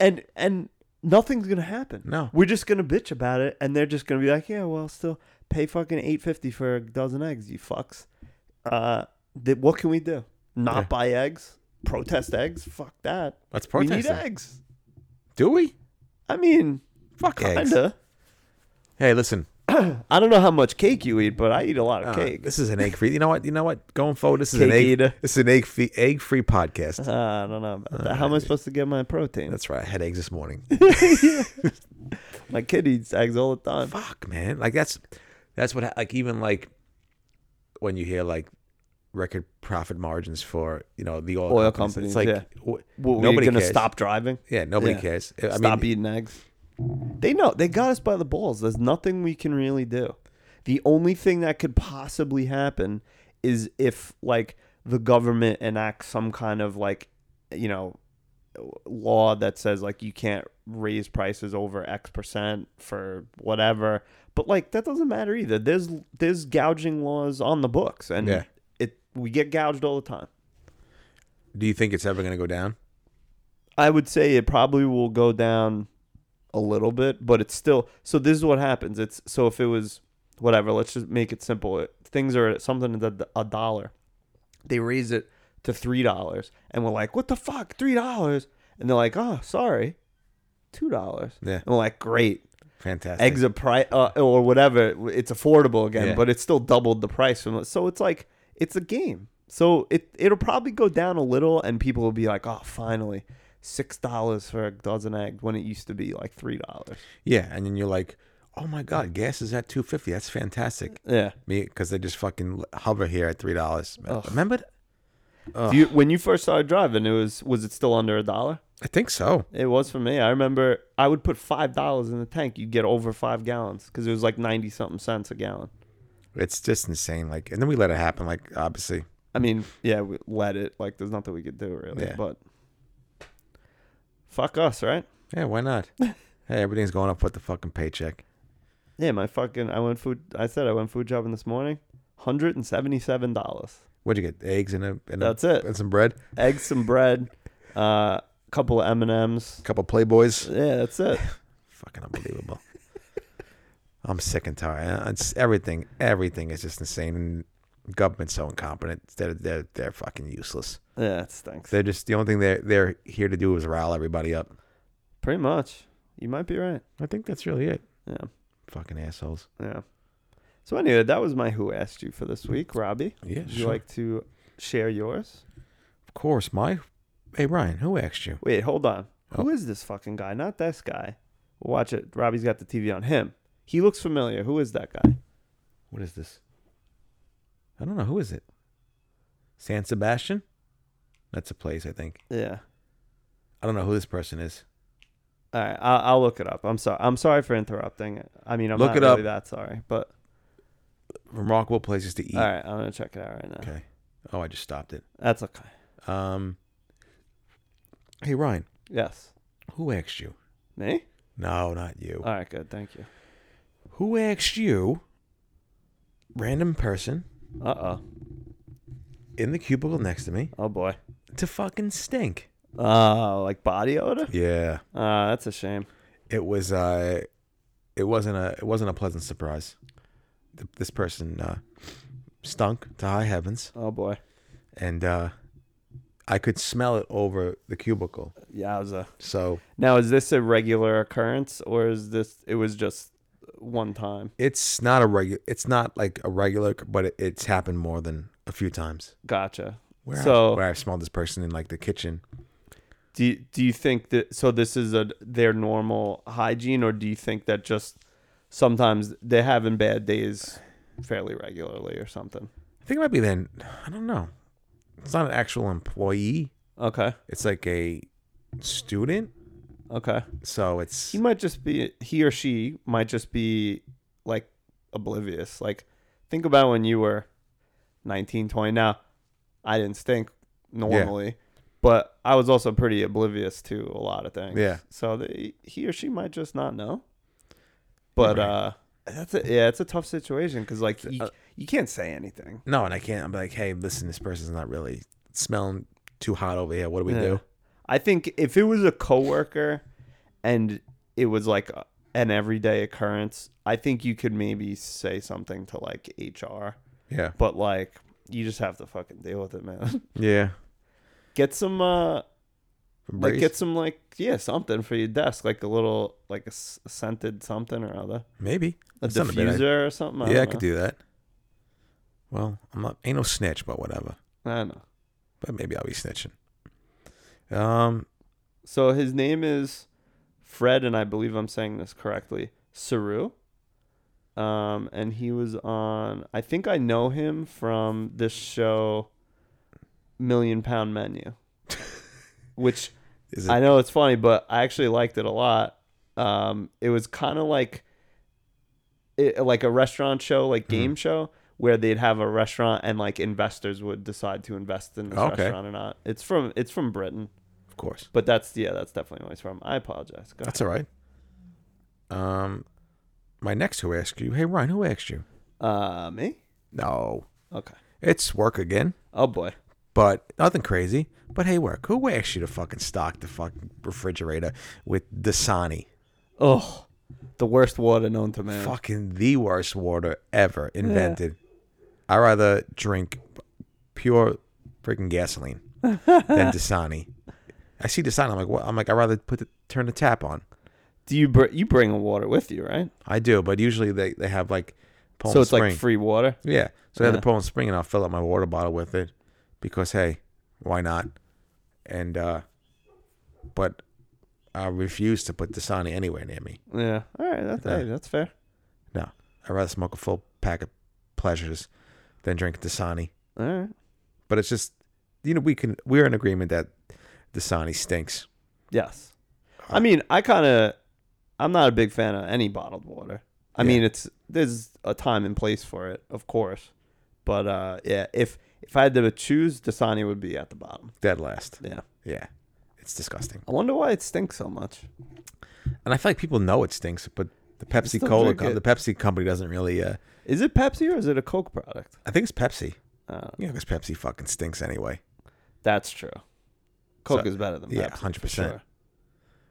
and and nothing's gonna happen No. we're just gonna bitch about it and they're just gonna be like yeah well still pay fucking 850 for a dozen eggs you fucks uh th- what can we do not Yeah. buy eggs protest eggs fuck that Let's we need protest. it. eggs Do we? i mean Fuck eggs. kinda Hey, listen. i don't know how much cake you eat but i eat a lot of uh, cake This is an egg free. You know what? You know what? Going forward, this is an Cake egg. eater. This is an egg free egg free podcast. uh, i don't know about that. how am i supposed to get my protein That's right. I had eggs this (laughs) morning. my kid eats eggs all the time Fuck, man. Like that's that's what ha- like even like when you hear like record profit margins for you know the oil, Oil companies, companies, It's like wh- what, we're nobody gonna cares. stop driving Yeah, nobody Yeah. cares. I Stop mean, eating eggs. They know they got us by the balls. There's nothing we can really do. The only thing that could possibly happen is if like the government enacts some kind of like you know law that says like you can't raise prices over X percent for whatever. But like that doesn't matter either. There's there's gouging laws on the books and Yeah. it we get gouged all the time. do you think it's ever going to go down? I would say it probably will go down a little bit, but it's still. So this is what happens. It's so if it was whatever, let's just make it simple. It, things are at something that a dollar. They raise it to three dollars, and we're like, "What the fuck, three dollars?" And they're like, "Oh, sorry, two dollars." Yeah. and we're like, "Great, Fantastic. exit price uh, or whatever. It's affordable again, Yeah. but it's still doubled the price from. So it's like it's a game. So it it'll probably go down a little, and people will be like, "Oh, finally, six dollars for a dozen eggs when it used to be like three dollars." Yeah, and then you're like, oh my god, gas is at two fifty. That's fantastic. Yeah. Me because they just fucking hover here at three dollars. Remember? th- Do you, when you first started driving, it was was it still under a dollar? I think so. It was for me. I remember I would put five dollars in the tank. You'd get over five gallons because it was like ninety something cents a gallon. It's just insane. Like, and then we let it happen. Like, obviously, I mean, yeah, we let it. Like, there's nothing we could do really. Yeah. But fuck us, right? yeah, why (laughs) not? hey, everything's going up with the fucking paycheck. Yeah, my fucking. I went food. I said I went food shopping this morning. Hundred and seventy-seven dollars. What'd you get? Eggs and a and That's a, it. and some bread. Eggs, some bread, a uh, couple of M and M's. A couple Playboys. Yeah, that's it. Fucking (laughs) unbelievable. I'm sick and tired. It's everything. Everything is just insane. And government's so incompetent. They're they're they're fucking useless. Yeah, it stinks. They're just the only thing they're they're here to do is rile everybody up. Pretty much. You might be right. I think that's really it. Yeah, Fucking assholes. yeah. So anyway, that was my who asked you for this week, Robbie. Yeah, Would you sure. like to share yours? Of course, my. Hey Ryan, who asked you? Wait, hold on. Oh. Who is this fucking guy? Not this guy. Watch it. Robbie's got the TV on him. He looks familiar. Who is that guy? What is this? I don't know who is it. San Sebastian. That's a place, I think. Yeah. I don't know who this person is. All right, I'll, I'll look it up. I'm sorry. I'm sorry for interrupting. I mean, I'm Look not it really up. that sorry, but Remarkable places to eat. all right, I'm gonna check it out right now. Okay. Oh, I just stopped it. That's okay. Um. Hey Ryan, Yes, who asked you? me. No, not you. All right, good. Thank you. who asked you? Random person Uh oh. in the cubicle next to me Oh boy. to fucking stink. Oh, like body odor. Yeah. Ah, that's a shame. it was uh it wasn't a it wasn't a pleasant surprise Th- this person uh stunk to high heavens Oh boy. and uh i could smell it over the cubicle Yowza. so Now, is this a regular occurrence, or is this? It was just one time. it's not a regular it's not like a regular but it, it's happened more than a few times Gotcha. where I, So- where i smelled this person in like the kitchen Do you, do you think that so this is a their normal hygiene, or do you think that just sometimes they're having bad days fairly regularly or something? i think it might be then i don't know it's not an actual employee Okay. it's like a student Okay. so it's He might just be he or she might just be like oblivious. Like think about when you were 19, 20. Now, I didn't stink normally, but I was also pretty oblivious to a lot of things. Yeah. So they, he or she might just not know. But Right. uh that's a, yeah, it's a tough situation cuz like you, Uh, you can't say anything. No, and I can't. I'm like, hey, listen, this person's not really smelling too hot over here. What do we Yeah. do? I think if it was a coworker and it was like a- an everyday occurrence, I think you could maybe say something to like HR. Yeah, But like you just have to fucking deal with it, man. (laughs) yeah. get some uh like Breeze? get some like yeah, something for your desk, like a little like a s- scented something or other. Maybe A That's not a bad idea. diffuser or something. yeah, I don't could know. do that. Well, I'm not ain't no snitch, but whatever. I don't know. But maybe I'll be snitching. Um, So his name is Fred, and I believe I'm saying this correctly. Saru. Um, and he was on. I think I know him from this show, Million Pound Menu, which is it? I know it's funny, but I actually liked it a lot. Um, it was kind of like, it, like a restaurant show, like game show, where they'd have a restaurant and like investors would decide to invest in this Okay. restaurant or not. It's from it's from Britain. of course, But that's yeah, that's definitely where it's from. I apologize. Go that's all right. Um, my next who asked you? Hey, Ryan, who asked you? ahead. Uh, me? No, Okay. it's work again, Oh boy. but nothing crazy. But hey, work, who asked you to fucking stock the fucking refrigerator with Dasani? Oh, the worst water known to man. Fucking the worst water ever invented. I rather drink pure freaking gasoline than Dasani. I see Dasani. I'm like, what? I'm like, I rather put the, turn the tap on. Do you br- you bring water with you, right? I do, but usually they, they have like Poland so it's Spring. like free water. yeah, so they have Yeah. the Poland Spring, and I'll fill up my water bottle with it because hey, why not? And uh but I refuse to put Dasani anywhere near me. Yeah. All right. That's Yeah. hey, that's fair. No, I'd rather smoke a full pack of pleasures than drink Dasani. All right. But it's just, you know, we can we're in agreement that Dasani stinks. Yes. Uh, I mean, I kind of, I'm not a big fan of any bottled water. I Yeah. mean, it's there's a time and place for it, of course, but uh, yeah, if if I had to choose, Dasani would be at the bottom. Dead last. Yeah. Yeah, it's disgusting. I wonder why it stinks so much. And I feel like people know it stinks, but the Pepsi still Cola, drink co- it. the Pepsi company doesn't really. Uh, Is it Pepsi or is it a Coke product? I think it's Pepsi. Uh, Yeah, because Pepsi fucking stinks anyway. that's true. Coke So- is better than yeah, Pepsi, for 100%. sure.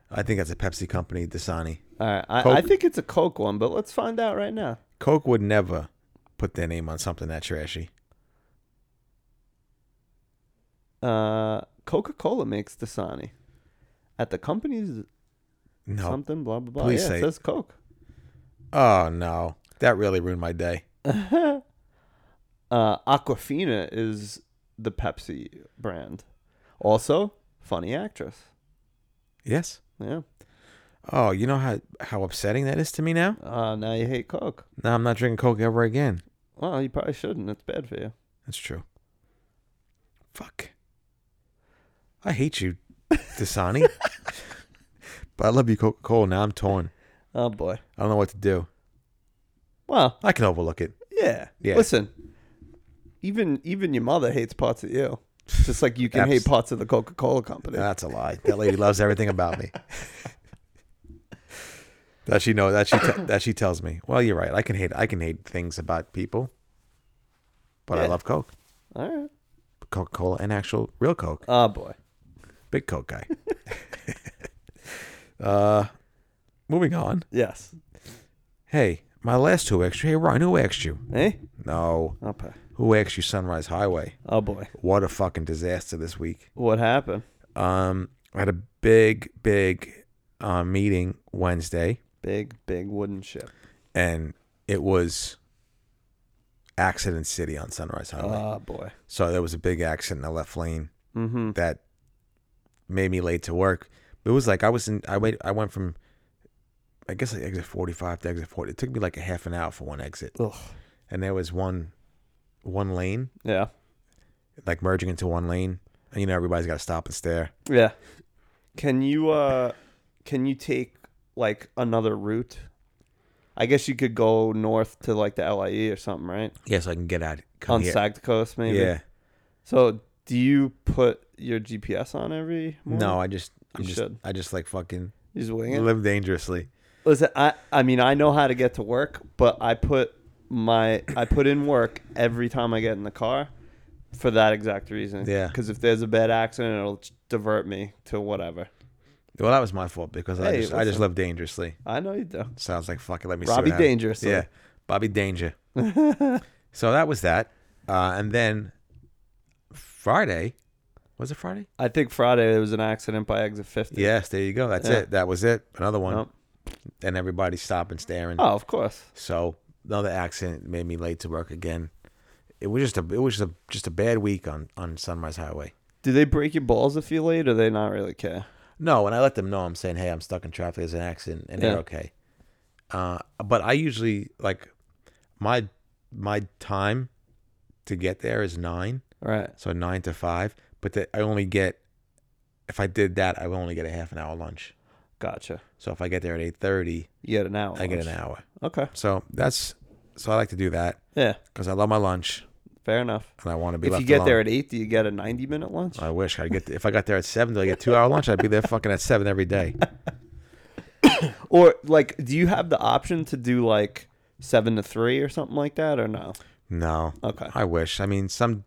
I think that's a Pepsi company, Dasani. All right, I, I Coke- think it's a Coke one, but let's find out right now. Coke would never put their name on something that trashy. Uh, Coca Cola makes Dasani. At the company's No. something, blah blah blah. Please yeah, say it it. says Coke. (laughs) Oh no, that really ruined my day. uh, Aquafina is the Pepsi brand. Also, funny actress. Yes. Yeah. Oh, you know how how upsetting that is to me now. Uh, now you hate Coke. Now I'm not drinking Coke ever again. Well, you probably shouldn't. It's bad for you. That's true. Fuck. I hate you, Dasani. but I love you, Coca Cola. Now I'm torn. Oh boy. I don't know what to do. Well, I can overlook it. yeah. Yeah. Listen, even even your mother hates parts of you, just like you can hate Abs- Uh, parts of the Coca Cola company. That's a lie. That lady loves everything about me. that she knows. That she te- that she tells me. Well, you're right. I can hate. I can hate things about people. But I Yeah. love Coke, All right. Coca Cola, and actual real Coke. Oh boy. Big Coke guy. (laughs) uh, moving on. Yes. Hey, my last two extra. Hey, Ryan, who asked you? Eh? No. Okay. Who asked you Sunrise Highway? Oh boy. What a fucking disaster this week. What happened? Um, I had a big, big uh, meeting Wednesday, Big big wooden ship. and it was accident city on Sunrise Highway. Oh boy. so there was a big accident in the left lane Mm-hmm. that made me late to work. It was like I was in. I wait. I went from, I guess like exit forty five to exit forty. It took me like a half an hour for one exit, Ugh. and there was one, one lane Yeah. like merging into one lane. And you know everybody's got to stop and stare. Yeah. Can you uh can you take like another route? I guess you could go north to like the LIE or something, right? Yeah, so I can get out. Come On here. Sag Coast maybe. Oh, Yeah. So do you put your GPS on every morning? No, I just. I'm You just. should. I just like fucking You just wing it? live dangerously. Listen, I I mean I know how to get to work, but I put my I put in work every time I get in the car for that exact reason. Yeah. Because if there's a bad accident, it'll t- divert me to whatever. Well, that was my fault because I Hey, just. I just listen. live dangerously. I know you do. Sounds like fuck it. Let me. Robbie see what happens. Dangerously. Yeah, Bobby (laughs) Danger. so that was that, uh, and then Friday, was it Friday? I think Friday there was an accident by exit 50. Yes, there you go. That's Yeah. it. That was it. Another one, Nope. and everybody stopping staring. Oh, of course. So another accident made me late to work again. It was just a. It was just a just a bad week on on Sunrise Highway. Do they break your balls if you're late, or they not really care? No, and I let them know I'm saying, hey, I'm stuck in traffic. There's an accident, and Yeah. they're okay. Uh, but I usually like my my time to get there is nine, Right. so nine to five. But the, I only get if I did that, I would only get a half an hour lunch. Gotcha. So if I get there at eight thirty, You get an hour. I get an lunch. hour. Okay. So that's so I like to do that Yeah. because I love my lunch Fair enough. and I want to be. If left you get alone. there at eight, do you get a ninety-minute lunch? I wish I get if I got there at seven, do I get two hour lunch? I'd be there fucking at seven every (laughs) day. Or like, do you have the option to do like seven to three or something like that, or no? No, Okay. I wish. I mean, some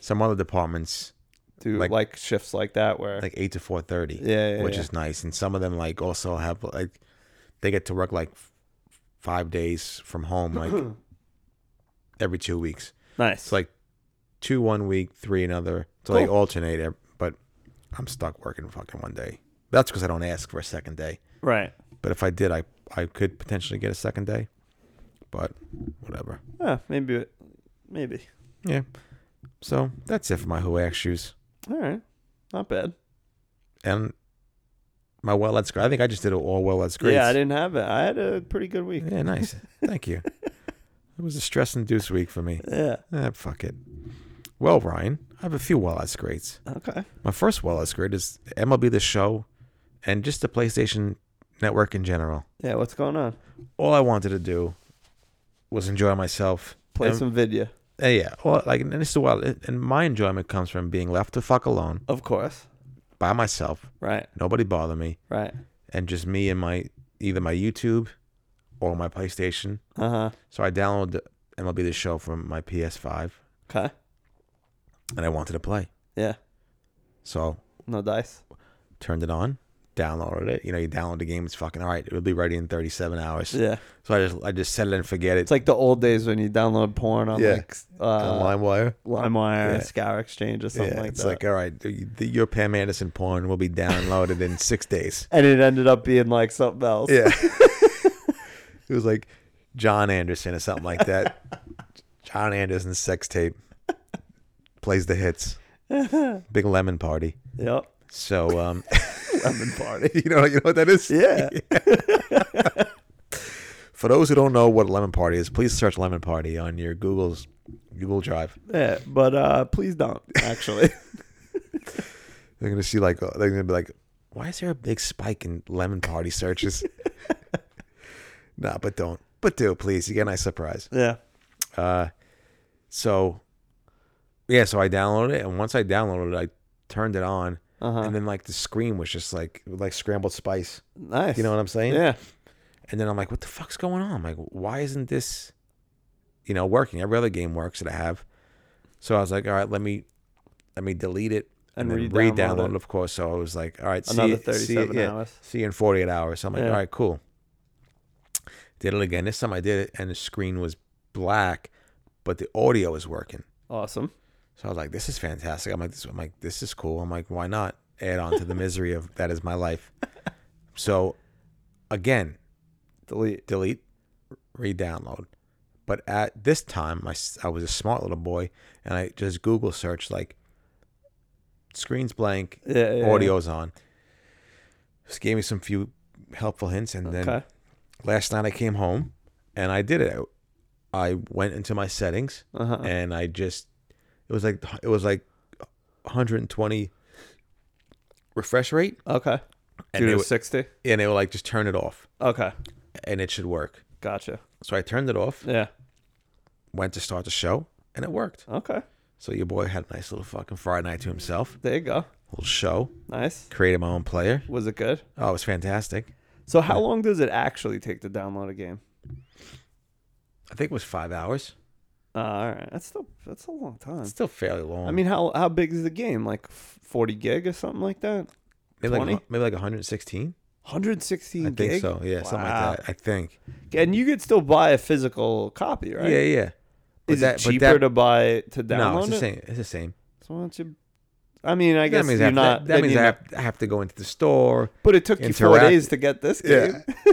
some other departments Do like, Like- shifts like that where? like eight to four thirty, Yeah, yeah, which yeah. is nice. And some of them like also have like they get to work like f- five days from home, (clears throat) like every two weeks. Nice. It's like two one week, three another. So they Cool. alternate. ev- But I'm stuck working fucking one day. That's because I don't ask for a second day. right. But if I did, I I could potentially get a second day. But whatever. Yeah, maybe. it- Maybe. Yeah. So that's it for my who ass shoes All right. Not bad. and my well. That's great. I think I just did all well. That's great. Yeah, I didn't have it. I had a pretty good week. Yeah, nice. Thank you. It was a stress induced week for me. Yeah. Ah, fuck it. Well, Ryan, I have a few well as grades. Okay. My first well as grade is MLB The Show and just the PlayStation Network in general. Yeah. What's going on? All I wanted to do was enjoy myself. Play and, some video. eh, yeah, all, like, and it's a while. And my enjoyment comes from being left to fuck alone Of course. by myself. Right. Nobody bother me, Right. and just me and my either my YouTube or my PlayStation. Uh huh. So I downloaded MLB The Show from my PS5, Okay. and I wanted to play. Yeah. So No dice. turned it on, downloaded it. You know, you download the game, it's fucking all right. It'll be ready in 37 hours. Yeah. So I just I just set it and forget it. It's like the old days when you download porn on Yeah. like uh, on LimeWire. LimeWire, Yeah. Scour Exchange, or something Yeah, like it's that. like all right, the, the- your Pam Anderson porn will be downloaded in six days. and it ended up being like something else. Yeah, (laughs) it was like John Anderson or something like that. John Anderson's sex tape plays the hits. Big Lemon Party. Yep. So um, (laughs) (laughs) Lemon party. you know you know what that is. (laughs) Yeah. For those who don't know what Lemon Party is, please search Lemon Party on your Google's Google Drive. (laughs) yeah. But uh, please don't. Actually. They're gonna see like uh, they're gonna be like, why is there a big spike in Lemon Party searches? nah, but don't, but do please. You get a nice surprise. (laughs) yeah. So, yeah, so I downloaded it, and once I downloaded it, I turned it on, Uh huh. and then like the screen was just like like scrambled spice. Nice. You know what I'm saying? Yeah. And then I'm like, what the fuck's going on? I'm like, why isn't this, you know, working? Every other game works that I have. So I was like, all right, let me, let me delete it And and, then re-download re-download it. it, of course. So I was like, all right, see Another it- see it- 37 yeah, hours. See you in 48 hours. So I'm like, Yeah. all right, cool. Did it again. This time I did it, and the screen was black, but the audio was working. Awesome. So I was like, this is fantastic. I'm like, this, I'm like, this is cool. I'm like, why not add on to the misery of that is my life? So again, Delete. delete, re-download. But at this time, I, s- I was a smart little boy, and I just Google searched like screens blank, Yeah. yeah, audio's on. Just gave me some few helpful hints, and Yeah. then Okay. last night I came home and I did it. I, I went into my settings Uh huh. and I just it was like it was like 120 refresh rate, Okay. and Dude, they, it were, was sixty. and they were like just turn it off, Okay. and it should work. Gotcha. So I turned it off, Yeah. went to start the show, and it worked. Okay. So your boy had a nice little fucking Friday night to himself, There you go. little show. Nice. Created my own player. Was it good? Oh, it was fantastic. So how long does it actually take to download a game? I think it was five hours. Uh, all right. That's still that's a long time. It's still fairly long. I mean, how how big is the game? Like f- forty gig or something like that? maybe 20? like maybe like 116. Hundred I sixteen think gig. so. Yeah, something like that. I think. that. And you could still buy a physical copy, right? Yeah, yeah. But Is that- it but cheaper that- to buy to download No, it's the it? same. It's the same. So why don't you? I mean, I guess that means I you're have, not. That, then means you're I not- have, I have to go into the store. But it took you four interact- days to get this game. Yeah. (laughs)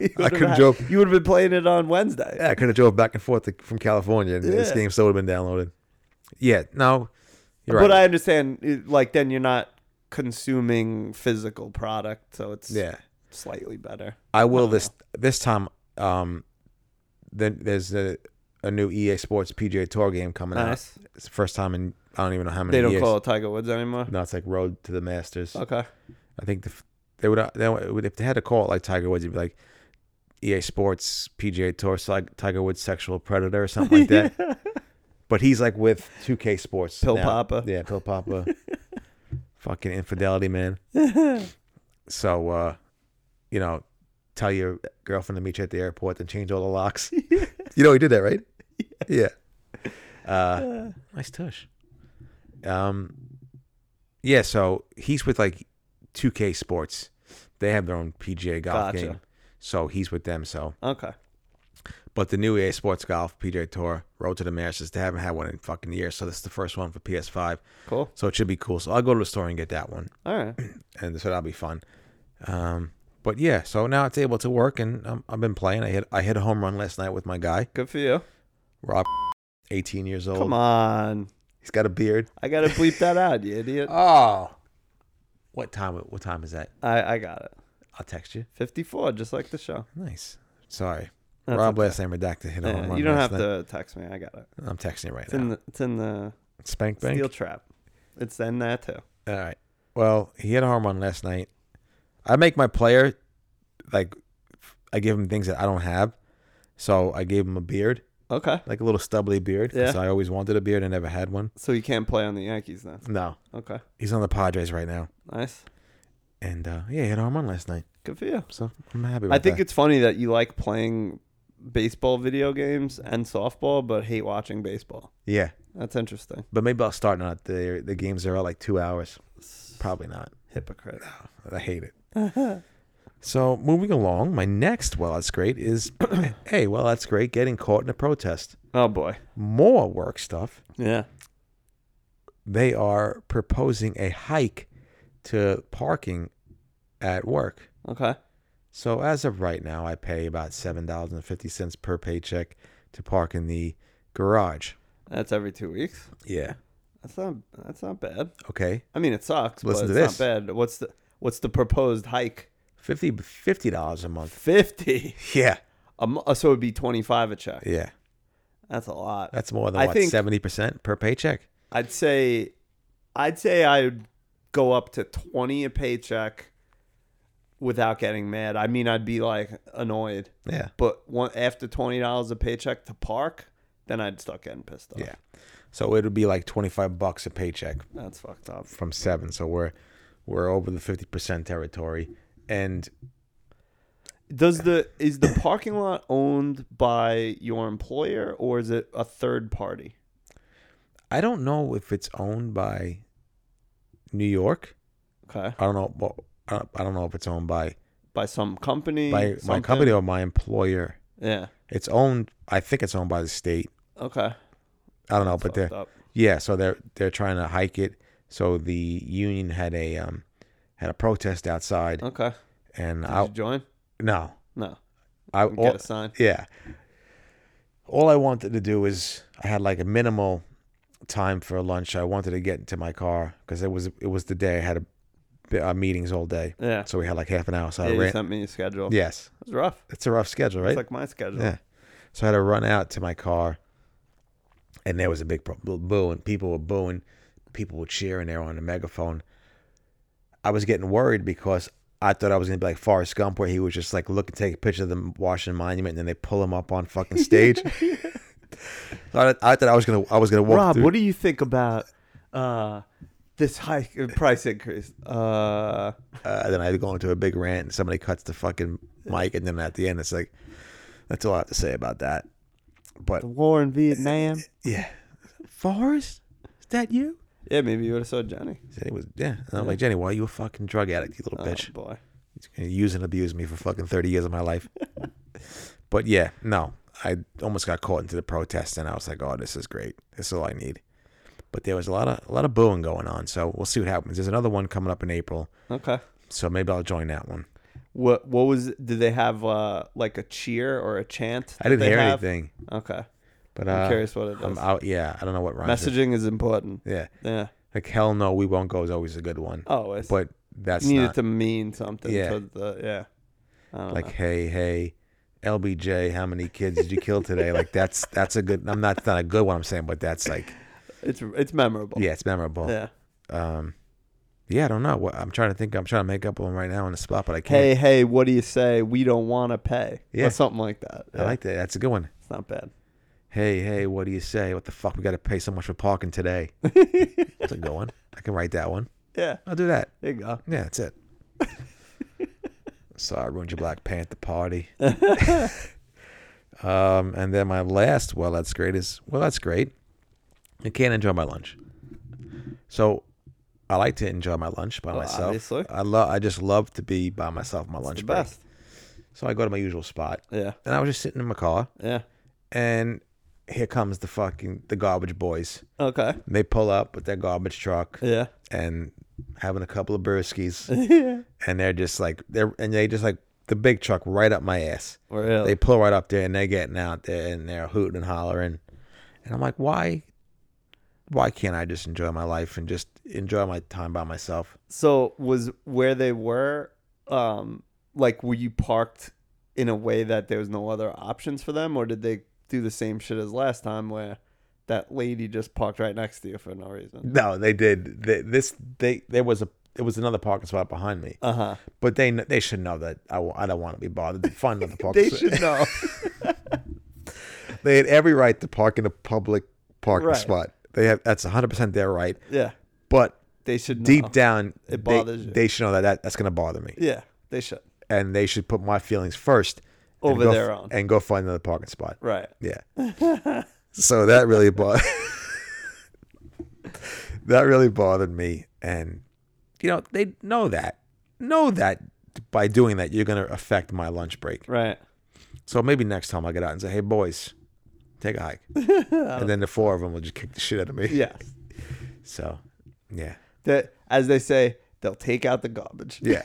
You I would've couldn't had- joke. You would have been playing it on Wednesday. Yeah, I could have drove back and forth to, from California, and this Yeah. game still would have been downloaded. Yeah, no, you're But I right. understand, it- like, then you're not consuming physical product, so it's yeah, slightly better. I will this this time. Um, then there's a, a new EA Sports PGA Tour game coming Nice. out. It's the first time in I don't even know how many. They don't years. call it Tiger Woods anymore. No, it's like Road to the Masters. (laughs) Okay. I think the, f- they would they would if they had to call it like Tiger Woods, it'd be like EA Sports PGA Tour, so like Tiger Woods sexual predator or something (laughs) like that. But he's like with 2K Sports. (laughs) Pill now. Papa. Yeah, Pill (laughs) Papa. Fucking infidelity, man. so, uh, you know, tell your girlfriend to meet you at the airport, then change all the (laughs) locks. you know, he did that, right? Yeah. Uh, nice tush. Um, yeah, so he's with like 2K Sports. They have their own PGA golf Gotcha. game. So he's with them. So, (laughs) Okay. but the new EA Sports Golf PJ Tour Road to the Masters. They haven't had one in fucking years. So this is the first one for PS5. Cool. So it should be cool. So I'll go to the store and get that one, All right. and so that'll be fun. Um, but yeah, so now it's able to work, and um, I've been playing. I hit I hit a home run last night with my guy Good for you. Rob, eighteen years old. Come on. He's got a beard. I gotta bleep that out, you (laughs) idiot. Oh, what time? What time is that? I, I got it. I'll text you. Fifty four, just like the show. Nice. Sorry, That's Rob last name redacted hit a home Yeah, run. you don't last have night. to text me. I got it. I'm texting you right It's now. in the it's in the Spank bank. steel trap. It's in there too. All right. Well, he had a home run last night. I make my player like I give him things that I don't have. So I gave him a beard, Okay. like a little stubbly beard, because Yeah. I always wanted a beard and never had one. So you can't play on the Yankees then. No, Okay. he's on the Padres right now, Nice. and uh, yeah, he had a home run last night. Good for you. So I'm happy. With I think it's funny that you like playing baseball video games and softball, but hate watching baseball. yeah, That's interesting. but maybe I'll start not the the games are all like two hours. Probably not. Hypocrite. I hate it. (laughs) so moving along, my next well, that's great is (clears throat) hey, well, that's great. Getting caught in a protest, Oh boy. more work stuff. Yeah. they are proposing a hike to parking at work. Okay. So as of right now, I pay about seven dollars and fifty cents per paycheck to park in the garage. That's every two weeks. Yeah. That's not that's not bad. Okay. I mean it sucks, Listen but to it's this. not bad. What's the what's the proposed hike? Fifty fifty dollars a month. Fifty. Yeah. A mo- so it'd be twenty five a check. Yeah. That's a lot. That's more than I what think- seventy percent per paycheck. I'd say I'd say I'd go up to 20 a paycheck without getting mad. I mean, I'd be like annoyed, Yeah. but one, after $20 a paycheck to park, then I'd start getting pissed off. Yeah. So it would be like twenty five bucks a paycheck That's fucked up. from seven. So we're we're over the fifty percent territory. And Does the is the parking lot owned by your employer or is it a third party? I don't know if it's owned by New York. Okay. I don't know. Well, I don't- I don't know if it's owned by By some company? by my something? company or my employer. Yeah. It's owned. I think it's owned by the state. Okay. I don't know, but Fucked they're up. yeah. So they're they're trying to hike it. So the union had a um had a protest outside, Okay. and Did I you join? no No. I Get all, a sign. yeah. All I wanted to do is I had like a minimal time for lunch. I wanted to get into my car because it was it was the day I had a, uh, meetings all day. Yeah. So we had like half an hour. So yeah I you ran. sent me a schedule. Yes, It was rough. it's a rough schedule, right? It's like my schedule. Yeah. So I had to run out to my car, and there was a big pro- boo- boo, and people were booing, people were cheering there on the megaphone. I was getting worried because I thought I was gonna be like Forrest Gump, where he was just like look and take a picture of the Washington Monument, and then they pull him up on (laughs) fucking stage. so I, I thought I was gonna, I was gonna walk Rob, through. what do you think about uh, this high uh, price increase? Uh, uh, then I go into a big rant, and somebody cuts the fucking mic, and then at the end, it's like, that's all I have to say about that. But the war in Vietnam. yeah, Forrest, is that you? Yeah, maybe you would have saw Johnny. Said it was yeah. And I'm like Jenny, why you a fucking drug addict, you little Oh, bitch? boy. He's gonna use and abuse me for fucking thirty years of my (laughs) life. but yeah, no, I almost got caught into the protest, and I was like, oh, this is great. This is all I need. But there was a lot of a lot of booing going on, so we'll see what happens. There's another one coming up in April, Okay. so maybe I'll join that one. What what was did they have uh, like a cheer or a chant? I didn't that they hear have? anything, Okay. but uh, I'm curious what it is. I'm out. Yeah, I don't know what rhymes. with- Messaging is important. Yeah, Yeah. like hell no, we won't go is always a good one, Always. but that's you need not it to mean something Yeah. to the yeah. I don't like know. hey hey lbj how many kids did you kill today like that's that's a good i'm not it's not a good one i'm saying but that's like it's it's memorable. yeah it's memorable Yeah. um yeah i don't know what i'm trying to think i'm trying to make up one right now on the spot but i can't Hey, hey, what do you say? We don't want to pay. Yeah. Or something like that. i Yeah. like that that's a good one it's not bad. hey hey what do you say what the fuck we gotta pay so much for parking (laughs) today that's a good one i can write that one Yeah. i'll do that There you go. yeah that's it sorry I ruined your black panther (laughs) party um and then my last well that's great is well that's great I can't enjoy my lunch. So I like to enjoy my lunch by Well, myself. obviously. I love I just love to be by myself on my lunch the break. best. So I go to my usual spot, Yeah. and I was just sitting in my car, Yeah. and here comes the fucking the garbage boys. Okay. They pull up with their garbage (laughs) truck (laughs) Yeah. and having a couple of burskies, yeah. and they're just like they're and they just like the big truck right up my ass. Really? They pull right up there and they're getting out there and they're hooting and hollering. And I'm like, why why can't I just enjoy my life and just enjoy my time by myself? so was where they were, um, like were you parked in a way that there was no other options for them, or did they do the same shit as last time where that lady just parked right next to you for no reason? No, they did. They, this they there was a there was another parking spot behind me, Uh huh. but they kn- they should know that I, w- I don't want to be bothered to find (laughs) another parking. They spot. should know. (laughs) they had every right to park in a public parking Right. spot. They have that's 100 percent their right. yeah. But They should know. deep down, It they- bothers you. They should know that, that that's gonna bother me, Yeah. They should. and they should put my feelings first and Over go their f- own. and go find another parking spot. Right. Yeah. (laughs) so that really bothered (laughs) that really bothered me, and you know they know that know that by doing that you're gonna affect my lunch break. Right. So maybe next time I get out and say, "Hey boys, take a (laughs) hike," and then the four of them will just kick the shit out of me. Yeah. So, yeah, That as they say, they'll take out the garbage. yeah.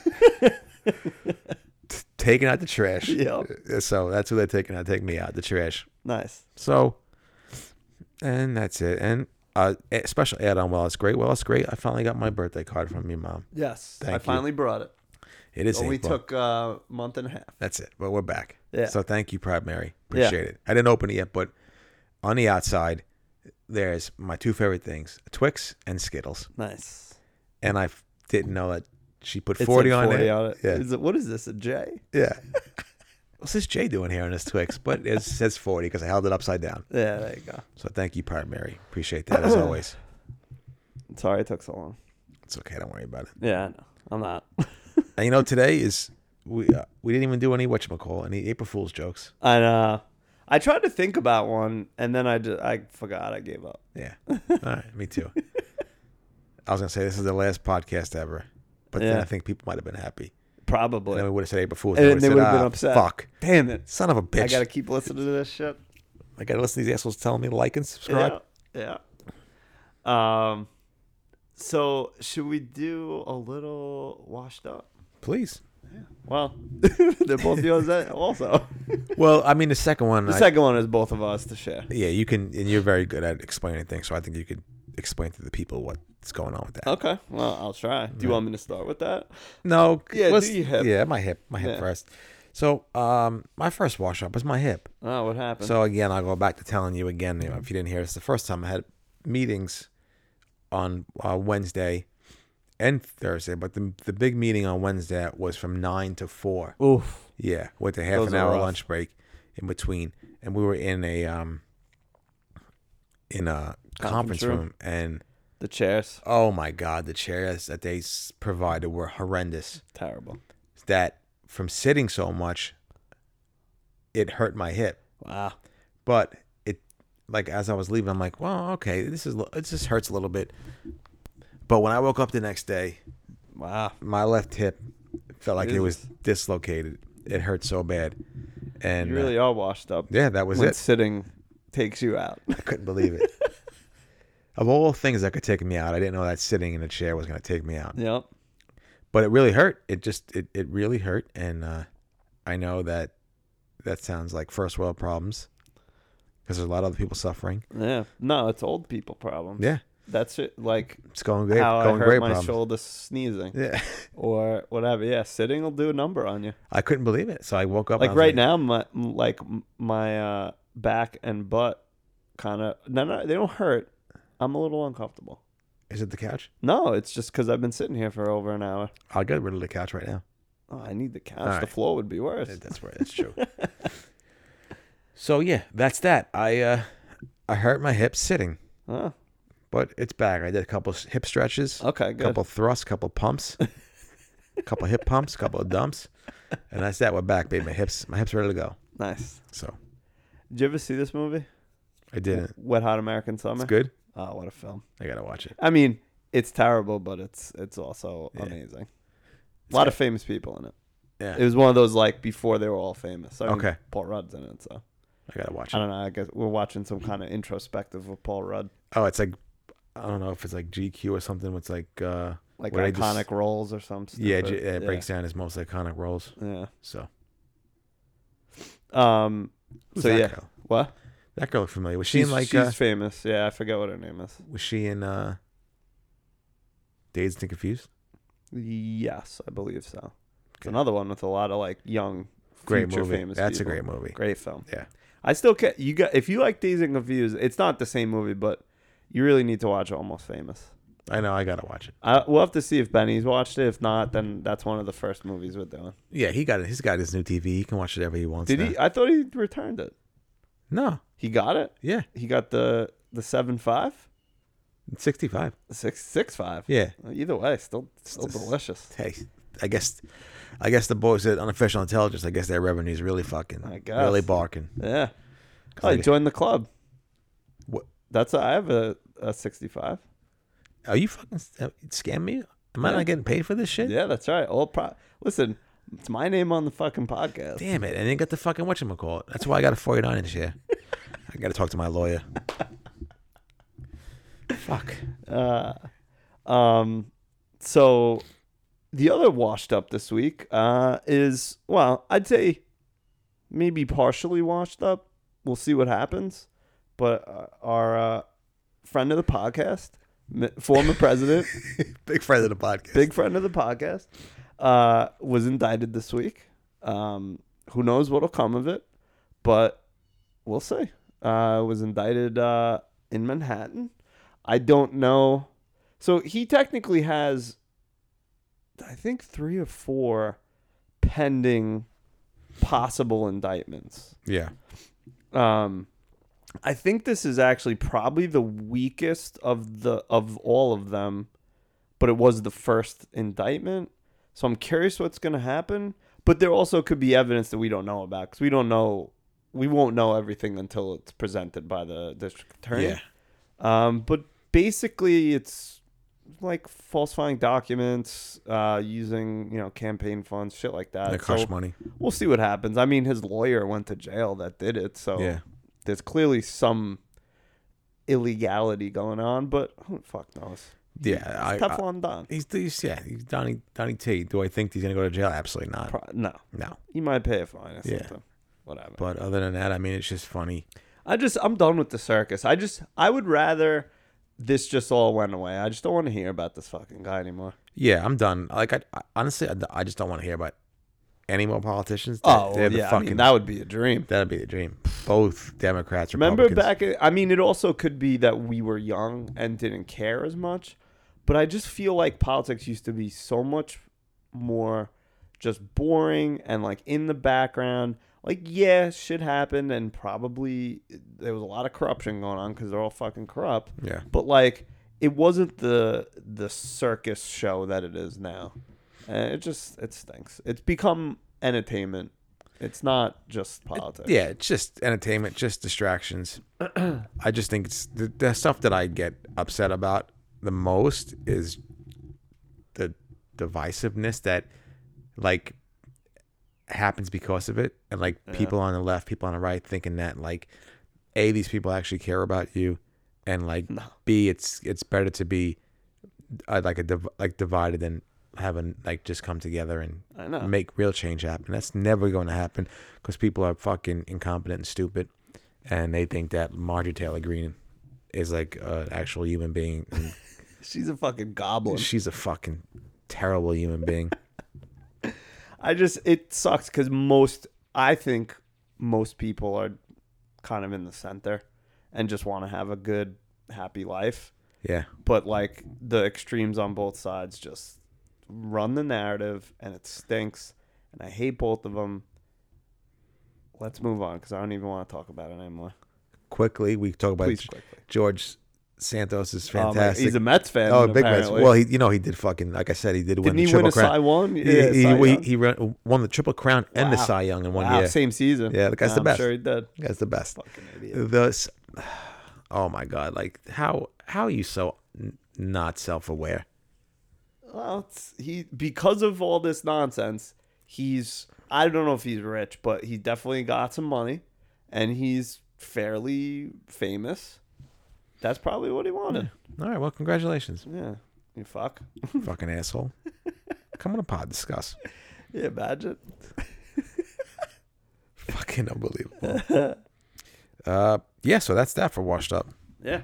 T- taking out the trash. (laughs) Uh, Yep. So that's what they're taking out. Take me out the trash. Nice. So, and that's it. And uh, a special add on. Well, it's great. Well, it's great. I finally got my birthday card from your mom. Yes. Thank I you. finally brought it. It is Only April. took a uh, month and a half. That's it. But we're back. Yeah. So thank you, Pride Mary. Yeah. Appreciate it. I didn't open it yet, but on the outside, there's my two favorite things: Twix and Skittles. Nice. And I f- didn't know that she put It forty said on 40 it. on it. Yeah. Is it- what is this? A J? Yeah. (laughs) What's this Jay doing here on this Twix? But it says 40 because I held it upside down. Yeah. There you go. So thank you, Pride Mary. Appreciate (clears throat) that as always. Sorry it took so long. It's okay. Don't worry about it. Yeah. I know. I'm (laughs) not. And you know, today is we uh, we didn't even do any whatchamacall, any April Fool's jokes. I know. uh, I tried to think about one, and then I just I forgot. I gave up. (laughs) Yeah. All right. Me too. I was going to say this is the last podcast ever, but then Yeah. I think people might have been happy. And Probably. then we would have said April Fool's. And would've they said, would've been "Ah, upset." Fuck. Damn it! Son of a bitch. I gotta keep listening to (laughs) this shit. listen to these assholes telling me to like and subscribe. Yeah. Yeah. Um. So should we do a little washed up? Please. Well, (laughs) they're both yours a- also. (laughs) Well, I mean, the second one. The I- second one is both of us to share. Yeah, you can, and you're very good at explaining things. So I think you could explain to the people what's going on with that. Okay. Well, I'll try. Do you want me to start with that? No, Yeah, do let's- your hip. yeah, my hip, my hip Yeah. first. So, um, my first wash up was my hip. Oh, what happened? So again, I'll go back to telling you again. You know, if you didn't hear this the first time, I had meetings on uh, Wednesday and Thursday, but the the big meeting on Wednesday was from nine to four. Oof. Yeah, with a half Those an are hour rough. lunch break in between, and we were in a um in a conference, Conference room. room. and The chairs. oh my god, the chairs that they s- provided were horrendous. Terrible. That from sitting so much, it hurt my hip. Wow. But it like as I was leaving, I'm like, well, okay, this is li- it just hurts a little bit. But when I woke up the next day, Wow. my left hip felt like it was Jesus. dislocated. It hurt so bad, and You uh, really are washed up. Yeah, that was when (laughs) it. sitting takes you (laughs) out. I couldn't believe it. (laughs) of all things that could take me out, I didn't know that sitting in a chair was going to take me out. yep. But it really hurt. It just it, it really hurt and uh I know that that sounds like first world problems because there's a lot of other people suffering. Yeah. No, it's old people problem. Yeah. That's it. Like It's going great. how I going hurt great my problems. shoulder sneezing Yeah. (laughs) or whatever. Yeah, sitting will do a number on you. I couldn't believe it. So I woke up and I Like was right now, my m- like m- my uh, back and butt kind of no no they don't hurt. I'm a little uncomfortable. Is it the couch? No, it's just because I've been sitting here for over an hour. I'll get rid of the couch right now. Oh, I need the couch. All The right. floor would be worse. That- That's right. That's (laughs) true. so yeah, that's that. I uh I hurt my hip sitting, Oh, but it's back. I did a couple s- hip stretches. okay, Oh, good. couple thrusts, couple (laughs) pumps, couple hip pumps, couple of dumps, and that's that. We're back, baby. My hips, my hips ready to go. Nice. So Did you ever see this movie? I didn't. Wet Hot American Summer. It's good. Ah, Oh, what a film. I gotta watch it. I mean, it's terrible, but it's it's also Yeah. amazing. A lot of famous people in it. Yeah. It was one of those like before they were all famous. I mean, Okay. Paul Rudd's in it, so I gotta watch I it. don't know. I guess we're watching some kind of introspective of Paul Rudd, Oh, it's like I don't know if it's like GQ or something. It's like uh, like what I iconic just- roles or something. yeah, G- it breaks down his most iconic roles. Yeah. So Um. Who's so that yeah. girl? What? that girl looked familiar. Was she She's in like she's uh, famous. Yeah, I forget what her name is. was she in uh, Dazed and Confused? Yes, I believe so. It's Okay. another one with a lot of like young, Great future movie. famous. That's people. a great movie. great film. Yeah. I still ca You got if you like Dazed and Confused, it's not the same movie, but you really need to watch Almost Famous. I know. I gotta watch it. I, we'll have to see if Benny's watched it. If not, then that's one of the first movies we're doing. Yeah, he got it. He's got his new TV. He can watch it ever he wants. Did now. he? I thought he returned it. No. He got it. Yeah, He got the the seven five, it's sixty-five. six six five. Yeah. Either way, still still just- delicious. (laughs) Hey, I guess, I guess the boys at Unofficial Intelligence. I guess their revenue's really fucking, I guess. really barking. Yeah. 'Cause Oh, I he guess- joined the club. What- That's I have a, a sixty five. Are you fucking s- uh, scam me? Am I Yeah. not getting paid for this shit? Yeah, that's right. All pro. Listen, it's my name on the fucking podcast. Damn it! I didn't get the fucking whatchamacallit. That's why I got a forty-nine this (laughs) year. I got to talk to my lawyer. Fuck. Uh, um, so the other washed up this week uh, is well, I'd say maybe partially washed up. We'll see what happens. But uh, our uh, friend of the podcast, m- former president, (laughs) Big friend of the podcast. big friend of the podcast, uh, was indicted this week. Um, who knows what'll come of it, but we'll see. Uh, was indicted uh, in Manhattan. I don't know. So he technically has, I think, three or four pending possible indictments. Yeah. Um, I think this is actually probably the weakest of the of all of them, but it was the first indictment. So I'm curious what's going to happen. But there also could be evidence that we don't know about because we don't know. We won't know everything until it's presented by the district attorney. Yeah. Um, but basically, it's like falsifying documents, uh, using you know campaign funds, shit like that. Like hush money. We'll see what happens. I mean, his lawyer went to jail that did it, so Yeah. there's clearly some illegality going on. But who the fuck knows? Yeah. I, It's I- Teflon Don. he's, he's yeah. He's Donnie Donnie T. Do I think he's gonna go to jail? Absolutely not. Pro- no, No. you might pay a fine or Yeah. something. Whatever. But other than that, I mean, it's just funny. I just I'm done with the circus. I just I would rather this just all went away. I just don't want to hear about this fucking guy anymore. Yeah, I'm done. Like, I, I honestly, I, I just don't want to hear about any more politicians. They- Oh they're the yeah, I fucking mean, that would be a dream. that'd be the dream. Both Democrats, Remember Republicans. back? I mean, it also could be that we were young and didn't care as much, but I just feel like politics used to be so much more just boring and like in the background. Like, yeah, shit happened, and probably there was a lot of corruption going on because they're all fucking corrupt. Yeah, But like, it wasn't the the circus show that it is now. And it just it stinks. It's become entertainment. It's not just politics. yeah. It's just entertainment, just distractions. I just think it's the, the stuff that I get upset about the most is the divisiveness that like happens because of it, and like people on the left, people on the right, thinking that like a these people actually care about you, and like b it's it's better to be uh, like a div- like divided than having like just come together and I know. make real change happen. That's never going to happen because people are fucking incompetent and stupid, and they think that Marjorie Taylor Greene is like an actual human (laughs) being. and She's a fucking goblin. she's a fucking terrible human (laughs) being. I just it sucks because most I think most people are kind of in the center and just want to have a good happy life, Yeah, but like the extremes on both sides just run the narrative and it stinks and I hate both of them. Let's move on because I don't even want to talk about it anymore. Um, quickly we talk about Please quickly. George Santos is Oh, man, fantastic. he's a Mets fan. Oh, big Mets. apparently. Well, he, you know, he did fucking. Like I said, he did win didn't the he triple win a crown. Cy one? He- he, Cy he, Young. he ran, won the triple crown and the Wow. Cy Young in one wow, year. same season. Yeah, the guy's the I'm best. Sure, he did. That's the best. Fucking idiot. Thus, (sighs) oh my god, like how how are you so n- not self aware? Well, it's, he because of all this nonsense, He's I don't know if he's rich, but he definitely got some money, and he's fairly famous. That's probably what he wanted. All right. Well, congratulations, Yeah, you fuck. (laughs) fucking asshole. Come on a pod, discuss. (laughs) Yeah, imagine. Fucking unbelievable. uh, yeah. So that's that for washed up. Yeah.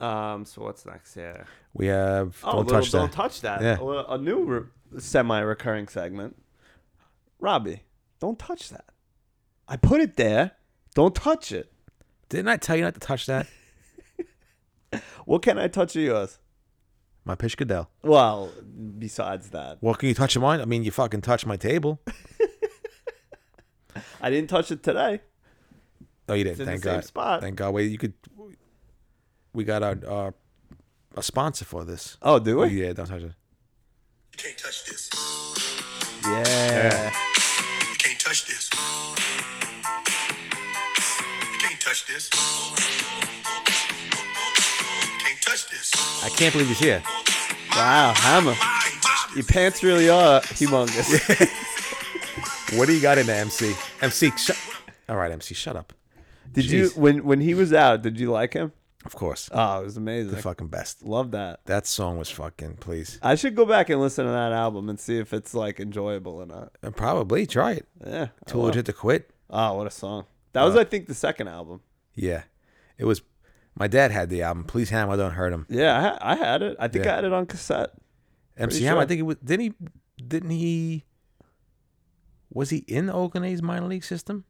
Um. So what's next? Yeah. We have Oh, don't little, touch don't that. touch that. Yeah. Well, A new re- semi-recurring segment. Robbie, don't touch that. I put it there. Don't touch it. Didn't I tell you not to touch that? What can I touch of yours? My pishkadel. Well, besides that, Well, can you touch mine? I mean, you fucking touched my table. I didn't touch it today. No, you didn't. in the Thank same God. spot. Thank God. Wait, you could. We got our, our a sponsor for this. Oh, do we? yeah, don't touch it. You can't touch this. Yeah. You can't touch this. You can't touch this. You can't touch this. I can't believe he's here. Wow, hammer. My, my. Your pants really are (laughs) humongous. What do you got in the MC? MC, shut. All right, MC, shut up. Did you Jeez. when when he was out? Did you like him? Of course, Oh, it was amazing. the fucking best. Love that. That song was fucking. Please, I should go back and listen to that album and see if it's like enjoyable or not. and uh, probably try it. Yeah. I Too will. legit to quit. Oh, what a song. That was, I think, the second album. Yeah, it was. My dad had the album. Please, Hammer, don't hurt him. Yeah, I, ha- I had it. I think Yeah. I had it on cassette. MC Pretty Hammer. I sure. think it was. Didn't he? Didn't he? Was he in Oakland A's minor league system?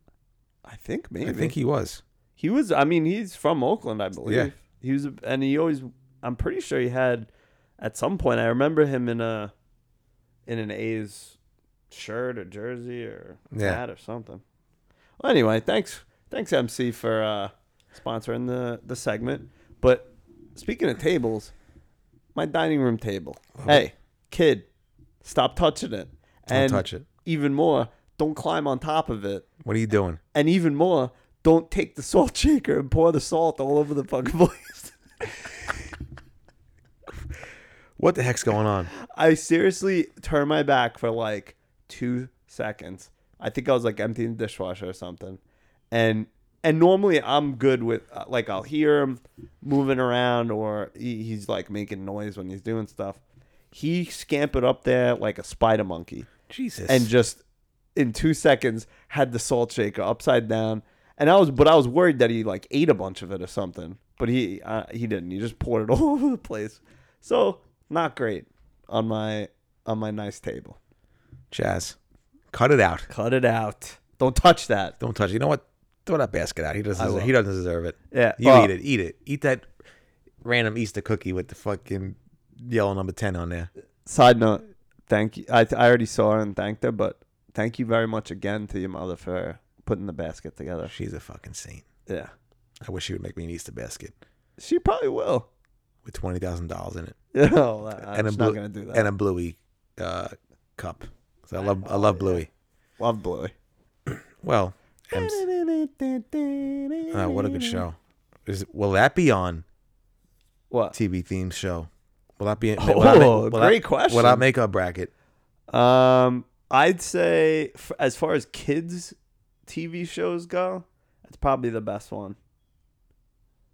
I think maybe. I think he, he was. was, I mean, he's from Oakland, I believe. Yeah. He was, a- and he always, I'm pretty sure he had, at some point, I remember him in a, in an A's shirt or jersey or Yeah. hat or something. Well, anyway, thanks, thanks MC for uh, sponsoring the the segment. But speaking of tables, my dining room table. Hey, kid, stop touching it. Uh-huh. Don't touch it. Even more, don't climb on top of it. What are you doing? And even more, don't take the salt (laughs) shaker and pour the salt all over the fucking place. (laughs) What the heck's going (laughs) on? I seriously turned my back for like two seconds. I think I was like emptying the dishwasher or something, and and normally I'm good with uh, like I'll hear him moving around or he, he's like making noise when he's doing stuff. He scampered up there like a spider monkey Jesus. and just in two seconds had the salt shaker upside down. And I was, but I was worried that he like ate a bunch of it or something. But he uh, he didn't. He just poured it (laughs) all over the place. So not great on my on my nice table. Jazz, cut it out. Cut it out. Don't touch that. Don't touch. it. You know what? Throw that basket out. He doesn't. I Deserve, will. he doesn't deserve it. Yeah. You Oh. eat it. Eat it. Eat that random Easter cookie with the fucking yellow number ten on there. Side note. Thank you. I I already saw her and thanked her, but thank you very much again to your mother for putting the basket together. She's a fucking saint. Yeah. I wish she would make me an Easter basket She probably will. (laughs) with twenty thousand dollars in it Yeah. well, I'm a just not gonna do that. and a bluey uh, cup. 'Cause I love I Oh, love bluey. Love Bluey. Well, Ems, uh, what a good show. Is will that be on What? TV theme show? Will that be? Oh, will I make- will great I, question. Will I make a bracket? Um, I'd say f- as far as kids TV shows go, that's probably the best one.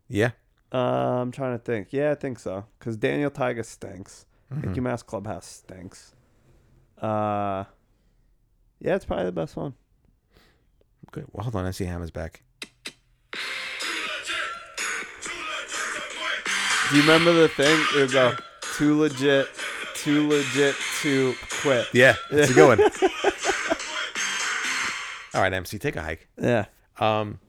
Yeah. Uh, I'm trying to think. Yeah, I think so. Cause Daniel Tiger stinks. Mm-hmm. Mickey Mouse Clubhouse stinks. Uh, yeah, it's probably the best one. Good. Well, hold on. I see Hammer's back. Do you remember the thing? It would go too legit, too legit to quit. Yeah, it's a good one. All right, MC, take a hike. Yeah. Um, (laughs)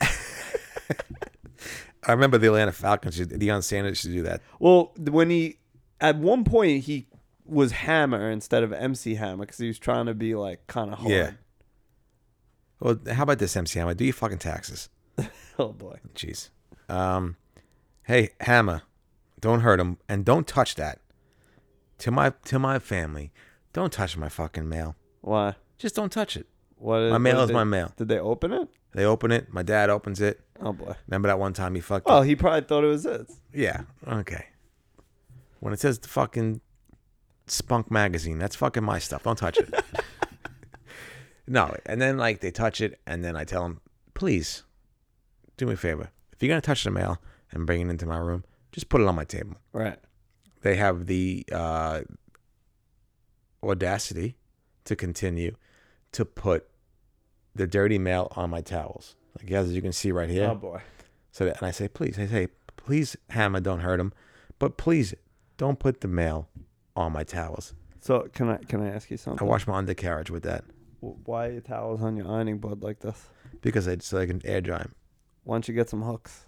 I remember the Atlanta Falcons. used- Deion Sanders should do that. Well, th- when he at one point he was Hammer instead of MC Hammer because he was trying to be like kind of hard. Yeah. Well, how about this, MC Hammer? Do your fucking taxes. (laughs) Oh boy. Jeez. Um, hey, Hammer, don't hurt him and don't touch that. To my to my family, don't touch my fucking mail. Why? Just don't touch it. What? Is, My mail what is did my they- mail. Did they open it? They open it. My dad opens it. Oh boy. Remember that one time he fucked Well, up? he probably thought it was his. Yeah. Okay. When it says the fucking Spunk magazine. That's fucking my stuff. Don't touch it. no. And then like they touch it, and then I tell them, please, do me a favor. If you're gonna touch the mail and bring it into my room, just put it on my table. Right. They have the uh, audacity to continue to put the dirty mail on my towels. Like as you can see right here. Oh boy. So that, and I say, please, I say, please, Hammer, don't hurt him, but please don't put the mail on my towels. So can I can I ask you I something? wash my undercarriage with that W- Why are your towels on your ironing board like this? because I so I can air dry him. Why don't you get some hooks?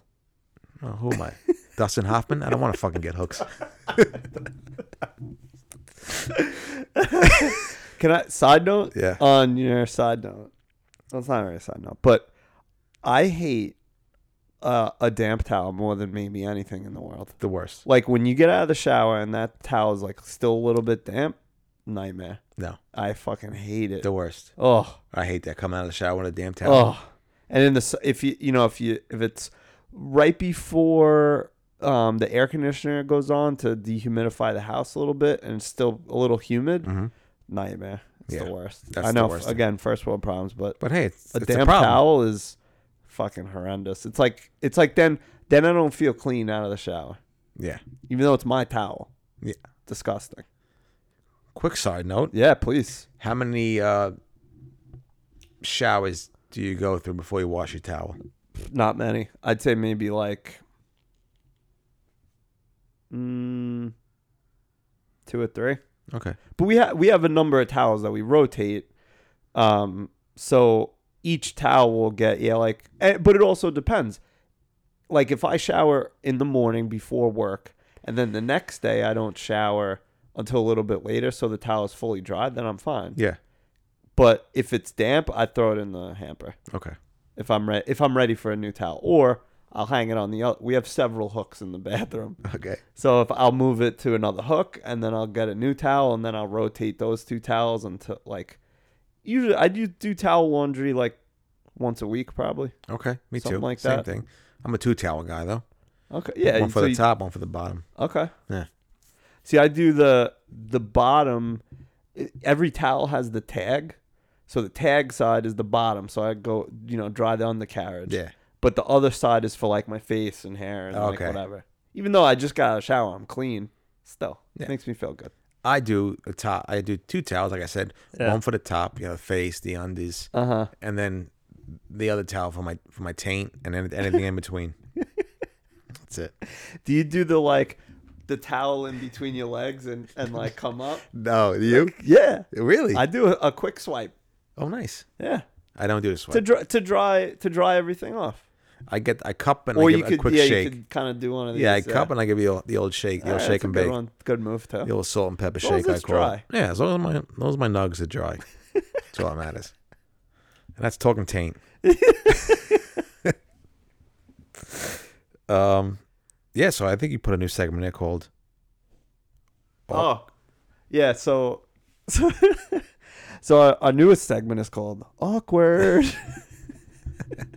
Oh, who (laughs) am I? Dustin Hoffman? I don't want to fucking get hooks. Can I side note? Yeah. On your side note, well, it's not really a side note, but I hate uh, a damp towel more than maybe anything in the world. The worst. Like when you get out of the shower and that towel is like still a little bit damp, nightmare. No, I fucking hate it. the worst. Oh, I hate that. Coming out of the shower with a damn towel. oh. And in the s- if you you know if you if it's right before um, the air conditioner goes on to dehumidify the house a little bit and it's still a little humid, nightmare. It's Mm-hmm. Yeah, the worst. that's I the know. worst thing. again, first world problems, but But hey, it's a it's a damp problem. towel is fucking horrendous. It's like it's like then then I don't feel clean out of the shower, Yeah. even though it's my towel. Yeah. Disgusting. Quick side note: Yeah, please. How many uh, showers do you go through before you wash your towel? Not many. I'd say maybe like mm, two or three. Okay. But we have we have a number of towels that we rotate. Um, so each towel will get yeah like, eh, but it also depends. Like if I shower in the morning before work, and then the next day I don't shower until a little bit later, so the towel is fully dried, then I'm fine. Yeah. But if it's damp, I throw it in the hamper Okay. if I'm ready if I'm ready for a new towel, or I'll hang it on the. o- We have several hooks in the bathroom. Okay. So if I'll move it to another hook and then I'll get a new towel and then I'll rotate those two towels until like usually I do do towel laundry like once a week probably. Okay, me Something too. like Same that. thing. I'm a two towel guy though. Okay. Yeah. one for so the you- top, one for the bottom. Okay. Yeah. See, I do the the bottom. i- Every towel has the tag, so the tag side is the bottom. So I go, you know, dry down the carriage. Yeah. But the other side is for like my face and hair and Okay. like whatever. Even though I just got out of the shower, I'm clean. Still, Yeah. makes me feel good. I do a top. I do two towels, like I said. Yeah. One for the top, you know, the face, the undies, Uh huh. and then the other towel for my for my taint, and then anything in (laughs) between. That's it. Do you do the like the towel in between your legs and and like (laughs) come up? No, you Yeah, really? I do a, a quick swipe. oh, nice. Yeah, I don't do this to one. dry to dry to dry everything off. I get I cup and Or I give you it could a quick yeah, shake. you could kind of do one of these. yeah, I cup and I give you the old- the old shake, the old Alright, shake that's a and good bake, one. Good move, too. the old salt and pepper long as shake. I it's call. it. dry. Yeah, as long as my those my nugs are dry. That's all that matters. And that's talking taint. um, yeah. So I think you put a new segment there called oh, yeah. So, (laughs) so, so our, our newest segment is called awkward.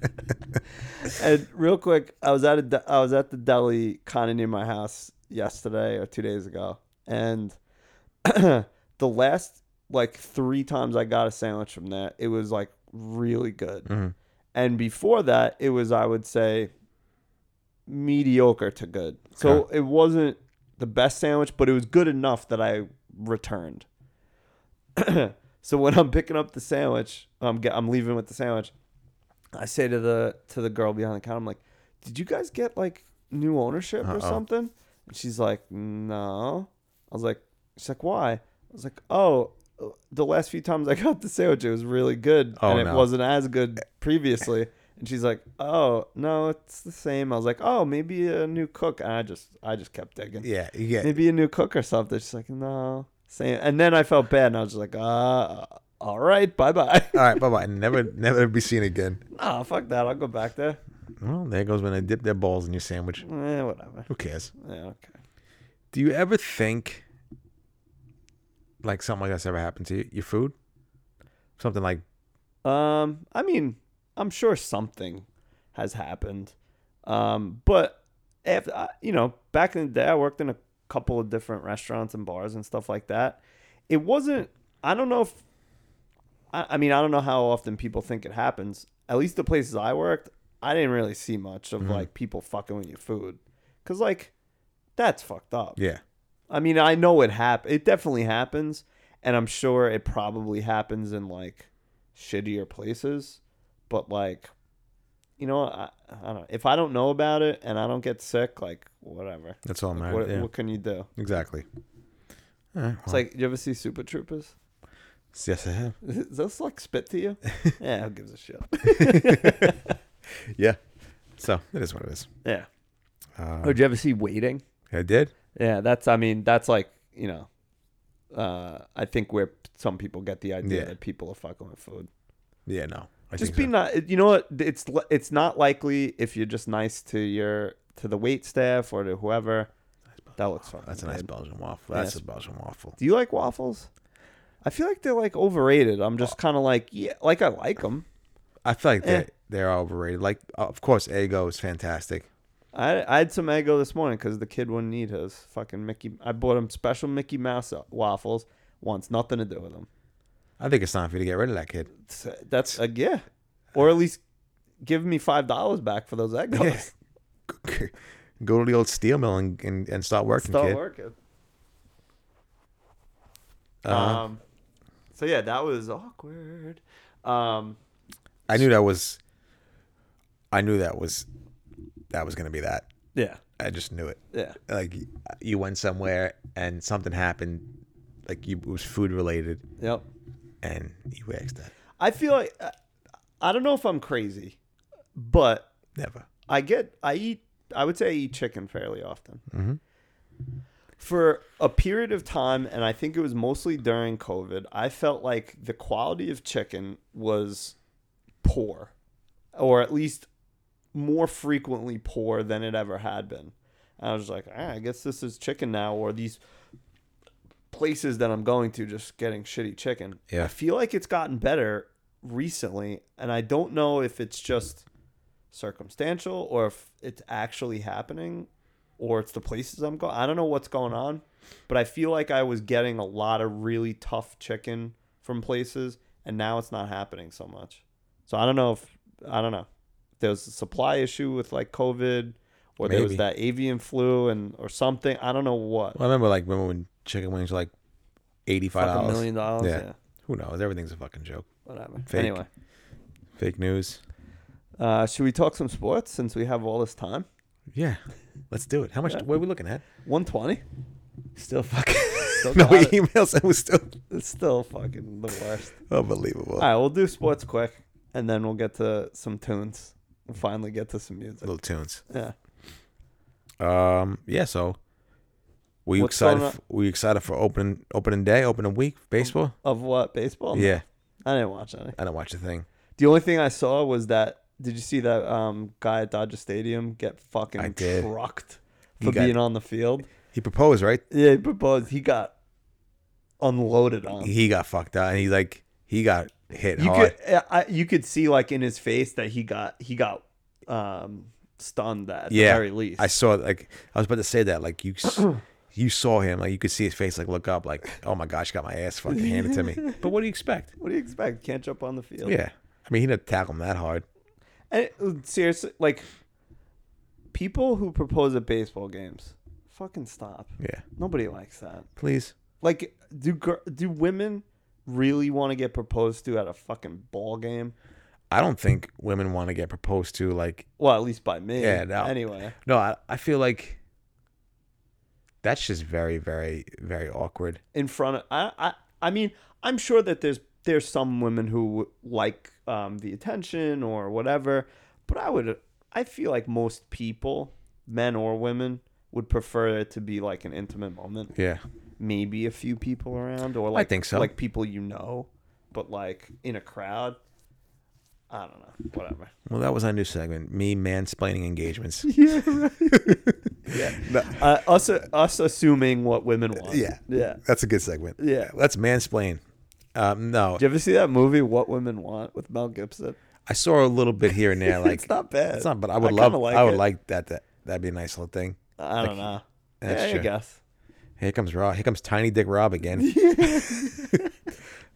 (laughs) and real quick, I was at a de- I was at the deli kind of near my house yesterday or two days ago, and (clears throat) the last like three times I got a sandwich from there, it was like really good. And before that, it was I would say mediocre to good. So it wasn't the best sandwich, but it was good enough that I returned. (clears throat) so when I'm picking up the sandwich, I'm get, I'm leaving with the sandwich. I say to the to the girl behind the counter, I'm like, "Did you guys get like new ownership or something?" And she's like, "No." I was like, "She's like, why?" I was like, "Oh, the last few times I got the sandwich, it was really good, Oh, and it no. wasn't as good previously." And she's like, "Oh, no, it's the same." I was like, "Oh, maybe a new cook." And I just I just kept digging Yeah. Yeah. maybe a new cook or something. She's like, no, same. And then I felt bad, and I was just like, uh, all right, bye bye. all right. Bye bye. Never never be seen again. (laughs) nah, fuck that. I'll go back there. Well, there goes when they dip their balls in your sandwich. Eh, whatever. Who cares? Yeah, okay. Do you ever think like something like that's ever happened to you? Your food? Something like Um, I mean, I'm sure something uh, has happened. Um, but after I- you know, back in the day, I worked in a couple of different restaurants and bars and stuff like that. It wasn't. I don't know if. I, I mean, I don't know how often people think it happens. At least the places I worked, I didn't really see much of like people fucking with your food, cause like, that's fucked up. Yeah. I mean, I know it hap- It definitely happens, and I'm sure it probably happens in like shittier places. But like, you know, I, I don't know. If I don't know about it and I don't get sick, like whatever. That's all Like, matters. what, yeah. what can you do? exactly. All right. It's well, like, you ever see Super Troopers? (laughs) yes, I have. Does this like spit (laughs) to you? yeah, who gives a shit? Yeah. So it is what it is. yeah. Uh, or did you ever see Waiting? I did. Yeah, that's. I mean, that's like you know, uh, I think where some people get the idea Yeah. that people are fucking with food. Yeah. No. I just be think so. not you know what it's li- it's not likely if you're just nice to your to the wait staff or to whoever that looks fun That's a nice Belgian waffle. Yeah, That's it's- a Belgian waffle. do you like waffles i feel like they're like overrated i'm just kind of like yeah like i like them I feel like Eh. they're, they're overrated. Like, of course, Ego is fantastic. I, I had some Eggo this morning because the kid wouldn't eat his fucking Mickey. I bought him special Mickey Mouse uh, waffles. Wants nothing to do with them. I think it's time for you to get rid of that kid. (laughs) So That's a yeah, or at least give me five dollars back for those Eggos. Go to the old steel mill and, and, and start working, Still kid. working. Uh, Um, so yeah, that was awkward. Um, I knew that was. I knew that was. That was gonna be that. yeah, I just knew it. yeah, Like you went somewhere and something happened, like you it was food related, yep. and you asked that. I feel like I- I don't know if I'm crazy, but Never. I get I eat. I would say I eat chicken fairly often. Mm-hmm. For a period of time, and I think it was mostly during COVID, I felt like the quality of chicken was poor, or at least more frequently poor than it ever had been. And I was like, "Ah, I guess this is chicken now, or these places that I'm going to just getting shitty chicken. Yeah. I feel like it's gotten better recently, and I don't know if it's just circumstantial or if it's actually happening or it's the places I'm going. I don't know what's going on, but I feel like I was getting a lot of really tough chicken from places, and now it's not happening so much. So I don't know if I don't know. There's a supply issue with like COVID, or there was Maybe. that avian flu and or something. I don't know what. Well, I remember like remember when chicken wings were like eighty five Fuck a dollars. million dollars. Yeah. Yeah. Who knows? Everything's a fucking joke. Whatever. Fake. Anyway, Fake news. uh, should we talk some sports since we have all this time? Yeah. Let's do it. How much? What are we looking at? 120. Still fucking. (laughs) (laughs) Still no got it. emails. It was still (laughs) It's still fucking the worst. unbelievable. All right, we'll do sports quick, and then we'll get to some tunes. and finally get to some music. Little tunes. Yeah. Um. Yeah. So, were you What's excited? going f were you excited for opening opening day, opening week, baseball? Of what baseball? yeah. I didn't watch any. I don't watch a thing. The only thing I saw was that. Did you see that um, guy at Dodger Stadium get I fucking did. trucked He for got- being on the field? He proposed, right? Yeah, he proposed. He got unloaded on. He got fucked up, and he like he got hit you hard. could uh, I, you could see like in his face that he got he got um stunned at yeah. the very least. I saw like I was about to say that like you. s- (clears throat) You saw him, like you could see his face, like look up, like oh my gosh, got my ass fucking handed to me. (laughs) But what do you expect? what do you expect? Can't jump on the field. Yeah, I mean he didn't tackle him that hard. And it- seriously, like people who propose at baseball games, fucking stop. Yeah, Nobody likes that. please. Like, do gir- do women really want to get proposed to at a fucking ball game? I don't think women want to get proposed to. Like Well, at least by me. Yeah, no. Anyway, No, I, I feel like that's just very, very, very awkward. in front of I, I I mean I'm sure that there's there's some women who like um, the attention or whatever, but I would I feel like most people, men or women, would prefer it to be like an intimate moment. Yeah. Maybe a few people around or like think so. like people you know, but like in a crowd. I don't know. Whatever. Well, that was our new segment, me mansplaining (laughs) engagements. Yeah. Uh, us us assuming what women want. Yeah. Yeah. That's a good segment. Yeah. Let's mansplain. Um, no, Did you ever see that movie What Women Want with Mel Gibson? I saw a little bit here and there. Like (laughs) it's not bad. (laughs) it's not, but I would kinda love. I would it. like that. That that'd be a nice little thing. I don't know. That's yeah, true. (laughs) I guess. Here comes Rob. Here comes Tiny Dick Rob (laughs) again. oh,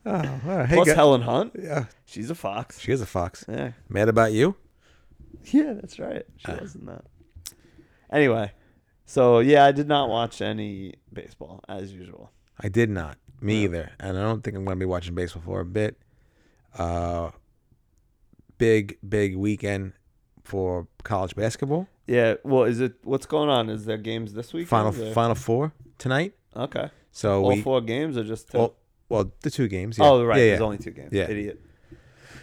all right. Hey, Plus gu- Helen Hunt. Yeah. She's a fox. She is a fox. (laughs) Yeah. Mad about you? Yeah, that's right. She wasn't that. Anyway, so yeah, I did not watch any baseball as usual. I did not. Me either. And I don't think I'm going to be watching baseball for a bit. Uh, big, big weekend for college basketball. Yeah. Well, is it what's going on? Is there games this week? Final Final Four tonight. Okay. So All we four games are just two. well, well, the two games. Yeah. oh, right. Yeah, There's yeah. only two games. Yeah. Idiot.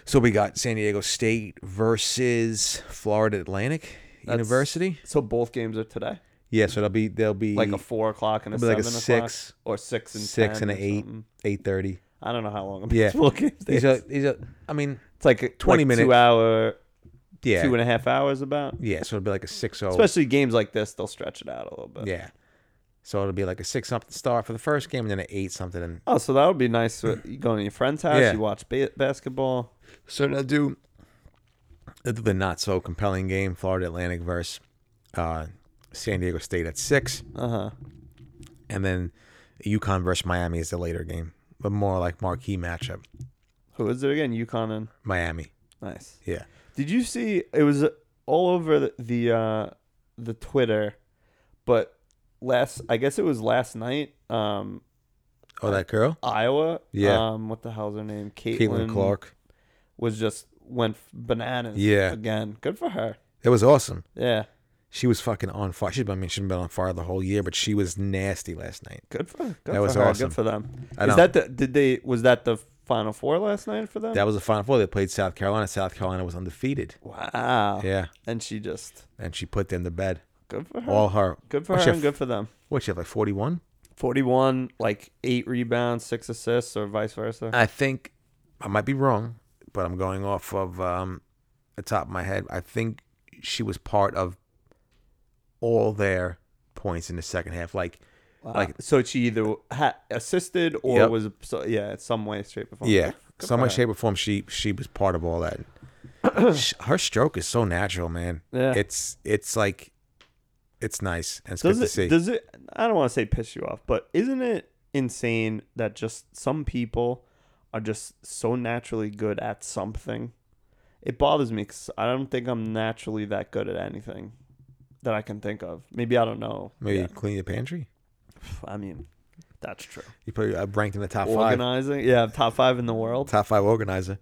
So we got San Diego State versus Florida Atlantic That's- University. So both games are today, Yeah, so they'll be they'll be like a four o'clock and a It'll be seven like a o'clock, six- or six and six 10 and or an eight, something. eight thirty. I don't know how long a (laughs) Yeah. baseball game These is. are these are. I mean, it's like a- 20 like minute- two hour, yeah, two and a half hours about. yeah. So it'll be like a six zero. Especially games like this, they'll stretch it out a little bit. Yeah. So it'll be like a six something start for the first game, and then an eight something. And Oh, so that would be nice. uh, You go to your friend's house, Yeah. you watch ba- basketball. so they'll do they'll do the not so compelling game, Florida Atlantic versus uh, San Diego State at six, Uh huh. and then UConn versus Miami is the later game, but more like marquee matchup. Who is it again? UConn and Miami, nice. yeah. Did you see? It was all over the the, uh, the Twitter, but last I guess it was last night. Um, Oh, that girl, Iowa. Yeah. Um, what the hell's her name? Caitlin, Caitlin Clark. was just went bananas. Yeah. Again, good for her. It was awesome. Yeah, She was fucking on fire. She's been, I mean, she's been on fire the whole year, but she was nasty last night. good for good That for was her. awesome. Good for them. I Is know. that the did they was that the final four last night for them? That was the final four. They played South Carolina. South Carolina was undefeated. wow. Yeah, And she just and she put them to bed. good for her. All her. good for what her she and have- good for them. What she have like forty one? Forty one, like eight rebounds, six assists, or vice versa. I think I might be wrong, but I'm going off of um, the top of my head. I think she was part of all their points in the second half. Like, Wow. like so she either ha- assisted or Yep. was so, yeah, in some way, straight before. yeah, Good some for way, her. shape, or form, she she was part of all (clears throat) that. Sh- her stroke is so natural, man. Yeah. It's it's like it's nice and it's does good it to see. does it i don't want to say piss you off but isn't it insane that just some people are just so naturally good at something it bothers me because i don't think i'm naturally that good at anything that i can think of maybe i (laughs) don't know Maybe Yeah, clean your pantry. i mean that's true You probably uh, ranked in the top five. organizing yeah top five in the world Top five organizer.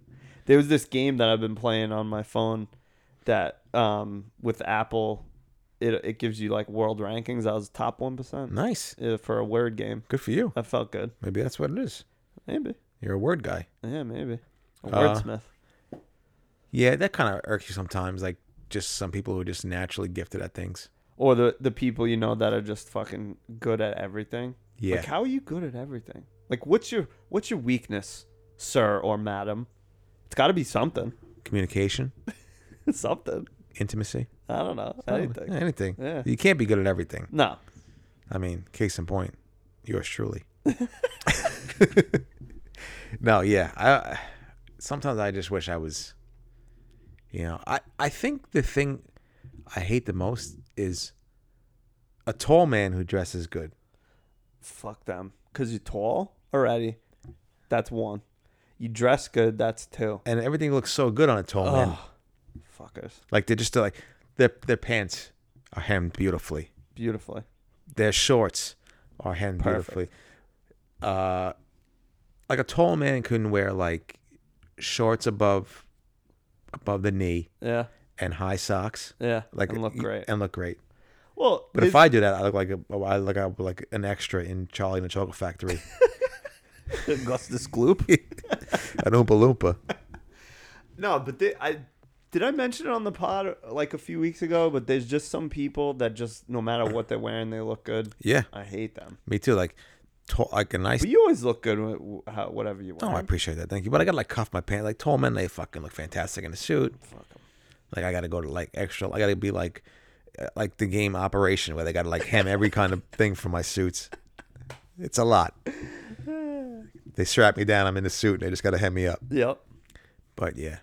there was this game that I've been playing on my phone that um, with Apple, it it gives you like world rankings. I was top one percent Nice. for a word game. Good for you. That felt good. Maybe that's what it is. Maybe. You're a word guy. Yeah, maybe. A Uh, wordsmith. Yeah, that kind of irks you sometimes. Like just some people who are just naturally gifted at things. Or the the people you know that are just fucking good at everything. Yeah. Like how are you good at everything? Like what's your what's your weakness, sir or madam? It's gotta be something. (laughs) Communication, something. intimacy, I don't know. Anything. Yeah, anything. Yeah. You can't be good at everything. No. I mean, case in point, yours truly. (laughs) no, yeah. I sometimes I just wish I was. You know, I I think the thing I hate the most is a tall man who dresses good. Fuck them. Cause you're tall already. That's one. You dress good, that's two. and everything looks so good on a tall man. Oh fuckers. Like they're just like their their pants are hemmed beautifully. Beautifully. Their shorts are hemmed Perfect. beautifully. Uh, like a tall man couldn't wear like shorts above above the knee Yeah. and high socks. Yeah. Like and look great. and look great. well But if it's- I do that, I look like a oh, I look like, like an extra in Charlie and the Chocolate (laughs) Factory, Augustus Gloop. an Oompa Loompa. No, but they, I did I mention it on the pod like a few weeks ago. But there's just some people that just no matter what they're wearing, they look good. Yeah, I hate them. me too. Like, tall, like a nice But you always look good with how, whatever you Oh, I wear. appreciate that. Thank you. But I gotta like cuff my pants. Like tall men, they fucking look fantastic in a suit. Fuck 'em. Like I gotta go to like extra. I gotta be like, uh, like the game operation where they gotta like hem every kind (laughs) of thing for my suits. It's a lot. (sighs) They strap me down. I'm in a suit. and They just gotta hem me up. Yep. But yeah,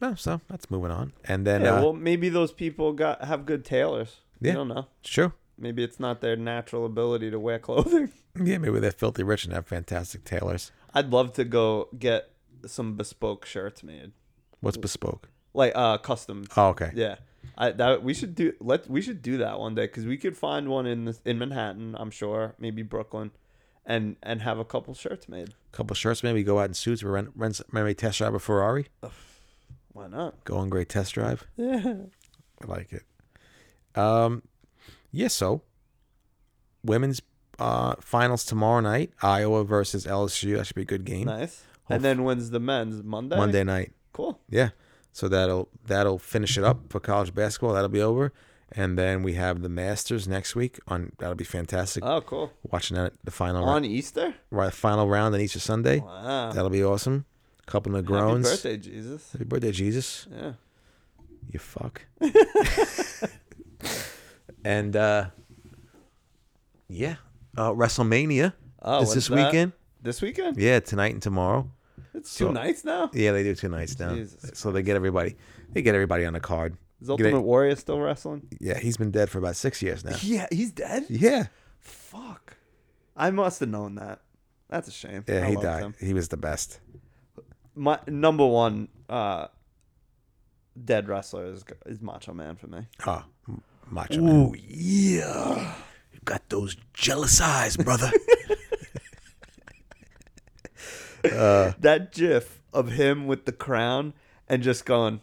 no. So that's moving on. And then Yeah. uh, well, maybe those people got have good tailors. Yeah. You don't know. sure, Maybe it's not their natural ability to wear (laughs) clothing. Yeah, maybe they're filthy rich and have fantastic tailors. I'd love to go get some bespoke shirts made, What's bespoke? like uh, custom. Oh, okay. Yeah, I that we should do. Let we should do that one day because we could find one in this, in Manhattan. I'm sure maybe Brooklyn, and and have a couple shirts made. couple shirts, maybe go out in suits. We rent, rent, maybe test drive a Ferrari. Why not? Go on great test drive. Yeah. I like it. Um, yeah. So, women's uh finals tomorrow night. Iowa versus LSU. That should be a good game. Nice. And then when's the men's Monday? Monday night. Cool. Yeah. So that'll that'll finish it up for college basketball. That'll be over, and then we have the Masters next week. On that'll be fantastic. Oh, cool. Watching that the final On round, Easter. right, final round on Easter Sunday. Wow. That'll be awesome. Couple of groans. Happy birthday, Jesus. Happy birthday, Jesus. Yeah. You (laughs) fuck. and uh yeah, uh, WrestleMania Oh, is what's this that? weekend. This weekend? Yeah, tonight and tomorrow. It's two So- nights now. Yeah, they do two nights now. Jesus So they get everybody. They get everybody on a card. Is Get Ultimate it- Warrior still wrestling? yeah, he's been dead for about six years now. Yeah, he's dead. Yeah, Fuck. I must have known that. That's a shame. yeah, I he loved died. him. He was the best. My number one uh, dead wrestler is, is Macho Man for me. Oh, m- macho. Ooh, yeah. You've got those jealous eyes, (laughs) brother. That GIF of him with the crown and just going,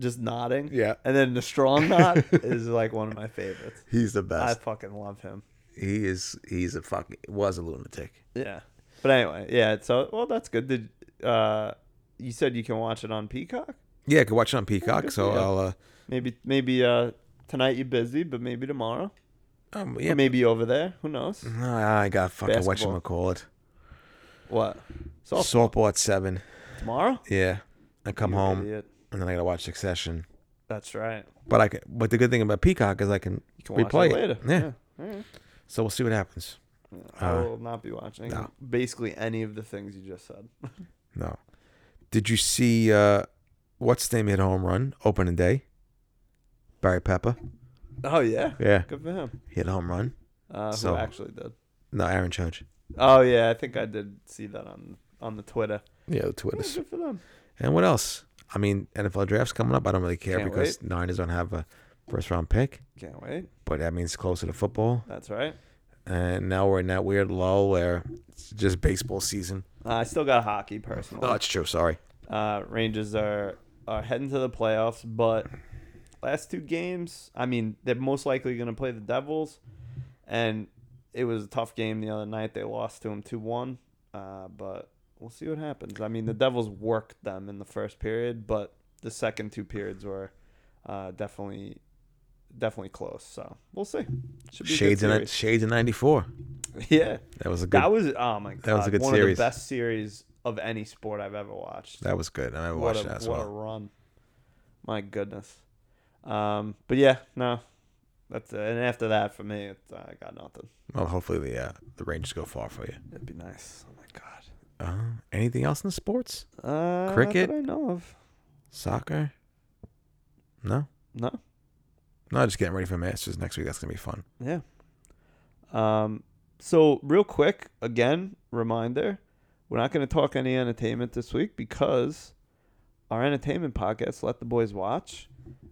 just nodding. Yeah. And then the (laughs) strong nod is like one of my favorites. he's the I best. fucking love him. he is. He's a fucking. Was a lunatic. Yeah. But anyway, yeah. So well, that's good. Did uh, you said you can watch it on Peacock? Yeah, I could watch it on Peacock. So for you. I'll. Uh, Maybe maybe uh tonight you're busy, but maybe tomorrow. um, Or yeah, Mm-hmm. maybe over there. Who knows? No, Ah, I got fucking what Basketball. Oh. you call (laughs) it. What? So Softball at seven. tomorrow? Yeah, I come You home idiot. and then I gotta watch Succession. That's right. But I can, but the good thing about Peacock is I can, You can watch replay it later. Yeah. All right. So we'll see what happens. I Uh, will not be watching no. basically any of the things you just said. (laughs) No. Did you see uh, what's name hit a home run opening day? Barry Pepper. oh yeah. Yeah. Good for him. Hit a home run. Uh, So- who actually did? No, Aaron Judge. Oh yeah, I think I did see that on on the Twitter. Yeah, the Yeah, Twitters. good for them. And what else? I mean, NFL draft's coming up. I don't really care Can't because Niners don't have a first round pick, Can't wait. but that means closer to football. That's right. and now we're in that weird lull where it's just baseball season. Uh, I still got hockey personally. Oh, it's true. Sorry. Uh, Rangers are are heading to the playoffs, but last two games, I mean, they're most likely going to play the Devils, and it was a tough game the other night. They lost to them two one, uh, but we'll see what happens. I mean, the Devils worked them in the first period, but the second two periods were uh, definitely definitely close. So we'll see. Should be a good Shades in series. Shades in '94. (laughs) Yeah, That was a good. that was oh my god, That was a good one series. of the best series of any sport I've ever watched that was good. I what watched a, that as what well. a run. My goodness. Um, but yeah, no. That's uh, and after that for me, it's, uh, I got nothing. Well, hopefully the uh, the Rangers go far for you. It'd be nice. Oh my Uh, anything else in the sports? god. Uh, not Cricket? that I know of. Soccer? No, No. no. Just getting ready for Masters next week. That's gonna be fun. Yeah. Um. So real quick, again, reminder: we're not going to talk any entertainment this week because our entertainment podcast, "Let the Boys Watch,"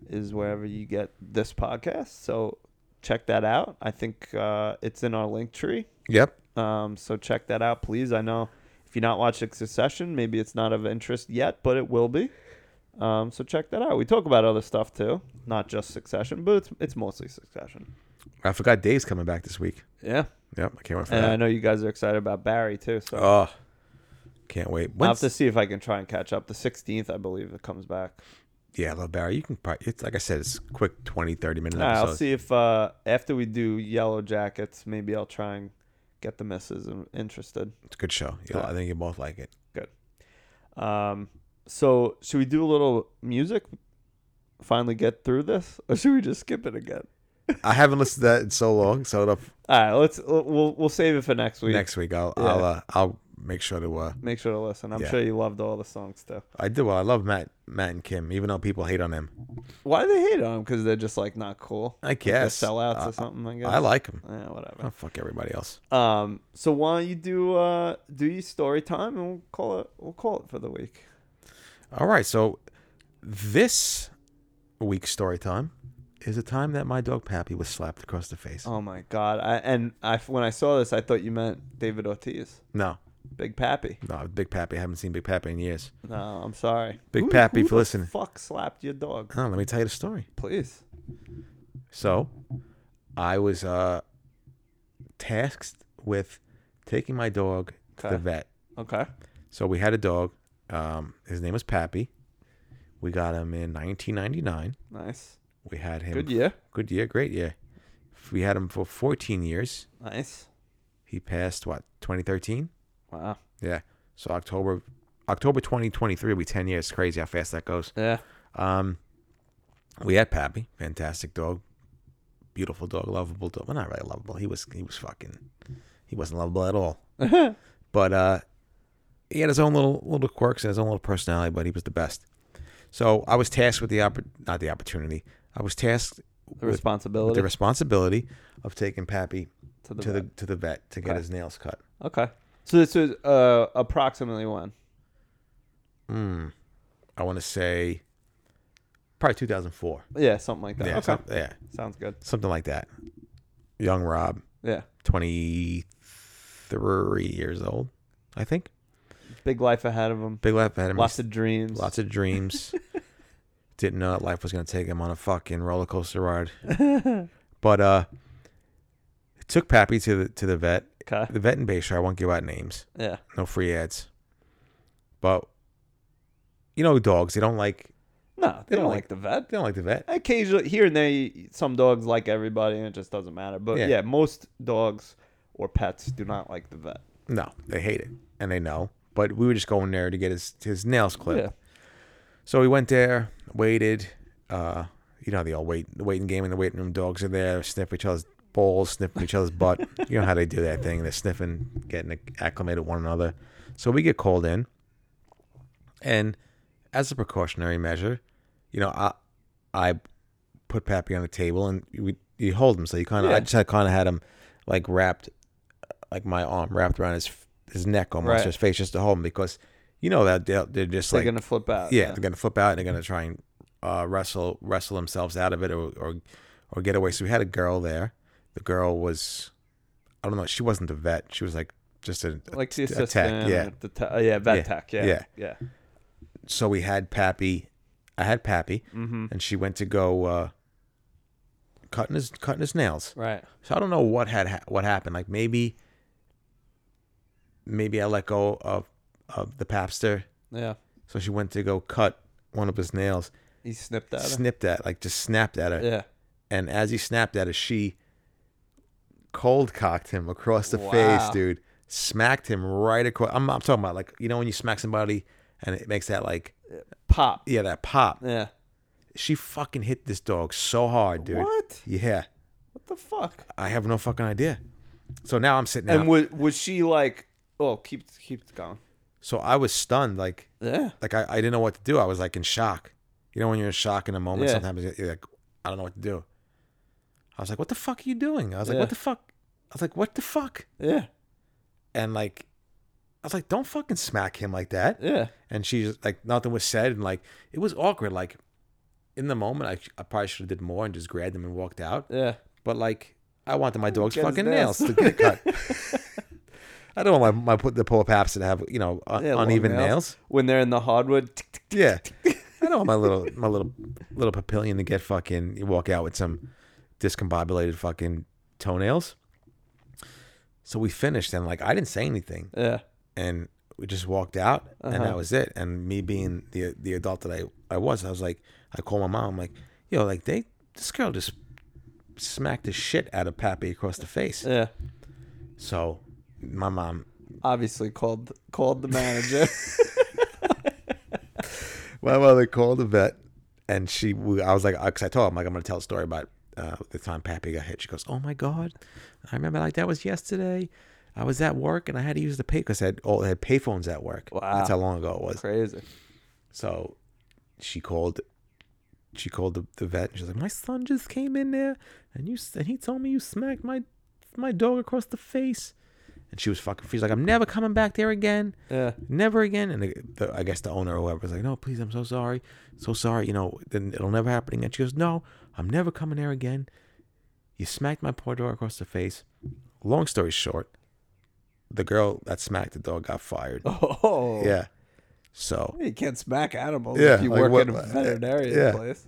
is wherever you get this podcast. So check that out. I think uh, it's in our link tree. Yep. Um, so check that out, please. I know if you're not watching Succession, maybe it's not of interest yet, but it will be. Um, so check that out. We talk about other stuff too, not just Succession, but it's it's mostly Succession. I forgot Dave's coming back this week. Yeah, Yep. I can't wait for and I that. know you guys are excited about Barry too. So Oh, can't wait. I'll When's- have to see if I can try and catch up. The 16th, I believe, it comes back. yeah, I love Barry. You can probably. It's like I said. It's quick 20, 30 minute All right, I'll episodes. see if uh, after we do Yellow Jackets, maybe I'll try and get the misses in- interested. It's a good show. You'll, I think you both like it. Um, so should we do a little music? Finally get through this, (laughs) or should we just skip it again? I haven't listened to that in so long, so it'll All right, let's we'll we'll save it for next week. next week I'll Yeah. I'll uh, I'll make sure to. Uh, Make sure to listen. I'm Yeah. sure you loved all the songs too. I do. I love Matt, Matt and Kim, even though people hate on them. Why do they hate on them? Because they're just like not cool. I Like, they're guess. sellouts I- or something. I guess. I like them. Yeah, Oh, (laughs) whatever. fuck everybody else. Um. So why don't you do uh do your story time and we'll call it we'll call it for the week. All right, so this week's story time is a time that my dog Pappy was slapped across the face. Oh my god! I and I when I saw this, I thought you meant David Ortiz, No, Big Pappy. no, Big Pappy. I haven't seen Big Pappy in years. No, I'm sorry. Big Pappy who for the listening. Fuck slapped your dog, Oh, let me tell you the story. please. So, I was uh, tasked with taking my dog to Okay. the vet. Okay. So we had a dog. Um, his name was Pappy. We got him in 1999. Nice. We had him. Good year. Good year. Great year. We had him for 14 years. Nice. He passed what 2013. Wow. Yeah. So October, October 2023 will be 10 years. Crazy how fast that goes. Yeah. Um, we had Pappy, fantastic dog, beautiful dog, lovable dog. Well, not really lovable. He was he was fucking, he wasn't lovable at all. (laughs) but uh, he had his own little little quirks and his own little personality. But he was the best. So I was tasked with the oppor- not the opportunity. I was tasked The with, responsibility with the responsibility of taking Pappy to the, to the vet. to the vet to get Okay. his nails cut. Okay. So this was uh approximately when? I want to say probably 2004. Yeah, something like that. Yeah, okay. some- yeah, Sounds good. something like that. Young Rob. Yeah. 23 years old, I think. Big life ahead of him. Big life ahead of me. Lots of dreams. Lots of (laughs) dreams. Didn't know that life was going to take him on a fucking roller coaster (laughs) ride. but uh took Pappy to the to the vet. Okay. (laughs) The vet in Bayshore, I won't give out names. Yeah. No free ads. But you know dogs, they don't like No, they, don't don't, like- like the vet. they don't like the vet. Occasionally, here and there, you- some dogs like everybody, and it just doesn't matter. But Yeah. yeah. most dogs or pets do not like the vet. No, they hate it. And they know. But we were just going there to get his his nails clipped. Yeah. So we went there, waited. Uh, you know how the old wait, the waiting game in the waiting room. Dogs are there, sniff each other's balls, sniffing each other's (laughs) butt. you know how they do that thing. They're sniffing, getting acclimated one another. So we get called in, and as a precautionary measure, you know, I I put Pappy on the table and we you hold him. So you kind of I Yeah. just kind of had him like wrapped, like my arm wrapped around his his neck almost, Right. his face just to hold him because. You know that they're, they're just They're like gonna flip out. yeah, they're gonna flip out and they're gonna try and uh, wrestle wrestle themselves out of it or, or or get away. So we had a girl there. The girl was, I don't know, she wasn't a vet. She was like just a, a- Like the a tech, assistant. yeah. The te- uh, yeah. Vet Yeah. tech. Yeah. Yeah. Yeah. So we had Pappy. I had Pappy, and she went to go uh, cutting his cutting his nails. Right. So I don't know what had ha- what happened. Like maybe, maybe I let go of of the papster. Yeah. So she went to go cut one of his nails. He snipped at him. Snipped at, like just snapped at her. Yeah. and as he snapped at us, she cold cocked him across the face, Wow. dude. Smacked him right across. I'm, I'm talking about like you know when you smack somebody and it makes that like Pop. yeah that pop. Yeah. She fucking hit this dog so hard, dude. What? Yeah, What the fuck? I have no fucking idea. So now I'm sitting And out. was was she like? Oh, keep keep going. so I was stunned, like Yeah. like I, I didn't know what to do. I was like in shock. You know when you're in shock in a moment, Yeah. sometimes you're like, I don't know what to do. I was like, what the fuck are you doing? I was like, Yeah. what the fuck? I was like, what the fuck? Yeah. and like I was like, don't fucking smack him like that. Yeah. And she's like, nothing was said, and like it was awkward. Like in the moment, I, I probably should have did more and just grabbed him and walked out. Yeah. But like, I wanted my dog's Get his fucking nails nails. to get cut. (laughs) I don't want my, my the poor paps to have you know un- Yeah, long uneven nails. When they're in the hardwood. tick, tick, tick. Yeah, (laughs) I don't want my little my little little papillion to get fucking you walk out with some discombobulated fucking toenails. So we finished, and like I didn't say anything Yeah. and we just walked out and that was it and me being the the adult that I, I was I was like I called my mom I'm like yo like they this girl just smacked the shit out of Pappy across the face Yeah. so my mom Obviously called called the (laughs) manager. my mother called the vet and she we- I was like because I told her I'm like I'm gonna tell a story about uh, the time Pappy got hit she goes oh my god I remember like that was yesterday I was at work and I had to use the pay because I had all I had payphones at work. That's how long ago it was. Crazy. So she called she called the, the vet and she's like, My son just came in there and you s- and he told me you smacked my my dog across the face. And she was fucking she's like, I'm never coming back there again. Yeah. Never again. And the, the, I guess the owner or whoever was like, No, please, I'm so sorry. So sorry, you know, then it'll never happen again. She goes, No, I'm never coming there again. You smacked my poor dog across the face. Long story short, the girl that smacked the dog got fired. Oh. Yeah. So You can't smack animals if Yeah, you like work what- in a veterinarian yeah. place.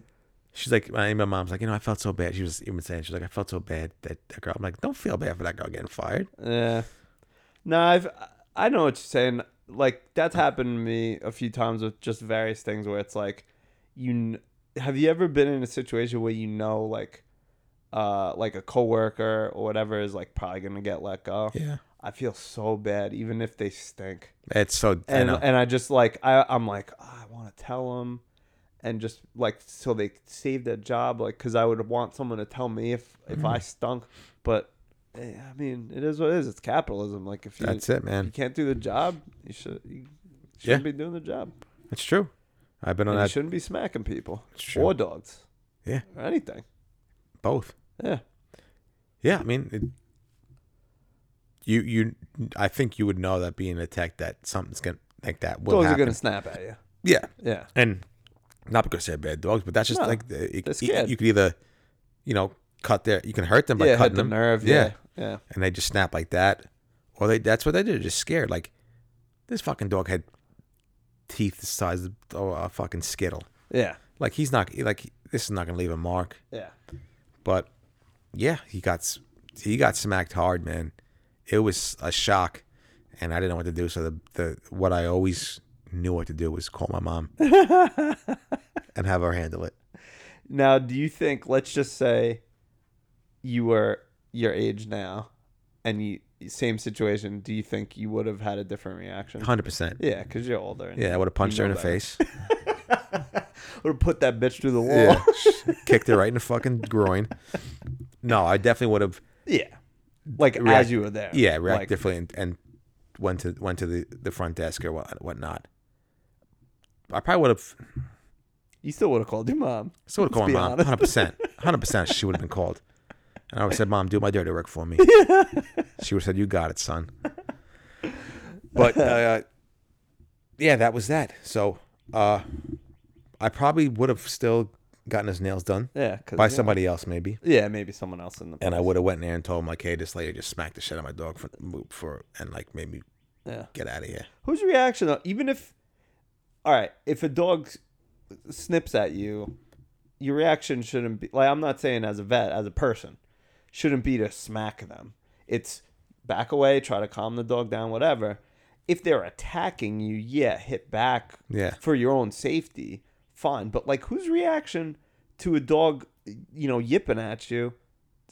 She's like, my, my mom's like, you know, I felt so bad. She was even saying, she's like, I felt so bad that that girl. I'm like, don't feel bad for that girl getting fired. Yeah. No, I've I know what you're saying. Like that's happened to me a few times with just various things where it's like you kn- have you ever been in a situation where you know like uh like a coworker or whatever is like probably going to get let go. Yeah, I feel so bad even if they stink. it's so. And I know. and I just like I I'm like "Ah, I want to tell them and just like so they save their job like cuz I would want someone to tell me if if I Mm-hmm. stunk but eh, I mean it is what it is it's capitalism like if you That's it, you man. can't do the job you should you shouldn't Yeah. be doing the job It's true. I've been on and you that shouldn't be smacking people true. or dogs Yeah. or anything both. yeah Yeah, I mean, it, you you, I think you would know that being attacked that something's gonna like that will dogs are happen. going to snap at you yeah, yeah and not because they're bad dogs, but that's just No, like the, it, they're it- scared. you could either, you know, cut their you can hurt them by yeah hit cutting the them nerve Yeah. yeah, yeah. and they just snap like that, or they that's what they did. Just scared. Like this fucking dog had teeth the size of oh, a fucking skittle. Yeah. Like he's not like this is not gonna leave a mark. Yeah. But yeah, he got s- he got smacked hard, man. It was a shock, and I didn't know what to do. So the the what I always knew what to do was call my mom (laughs) and have her handle it. Now, do you think? Let's just say you were your age now, and you same situation. Do you think you would have had a different reaction? Hundred percent. Yeah, because you're older. And Yeah, I would have punched her know in the better. face. (laughs) would have put that bitch through the wall. Yeah, (laughs) Yeah. kicked her right in the fucking groin. No, I definitely would have. Like React- as you were there. Yeah, react Like, differently and, and went to went to the, the front desk or what whatnot. I probably would have You still would have called your mom. still would have called be my mom. honest. Hundred percent, hundred percent. She would have been called, and I would have said, "Mom, do my dirty work (laughs) for me." she would have said, "You got it, son." But uh, yeah, that was that. So uh, I probably would have still gotten his nails done Yeah. 'cause, by yeah. somebody else, maybe. Yeah, maybe someone else in the. And I would have went in there and told him like, "Hey, this lady just smacked the shit out of my dog for for and like made me Yeah. get out of here." Who's your reaction though? Even if, all right, if a dog s- snips at you, your reaction shouldn't be like I'm not saying as a vet, as a person, shouldn't be to smack them. It's back away, try to calm the dog down, whatever. If they're attacking you, yeah, hit back. Yeah. For your own safety, fine. But like, whose reaction to a dog, you know, yipping at you,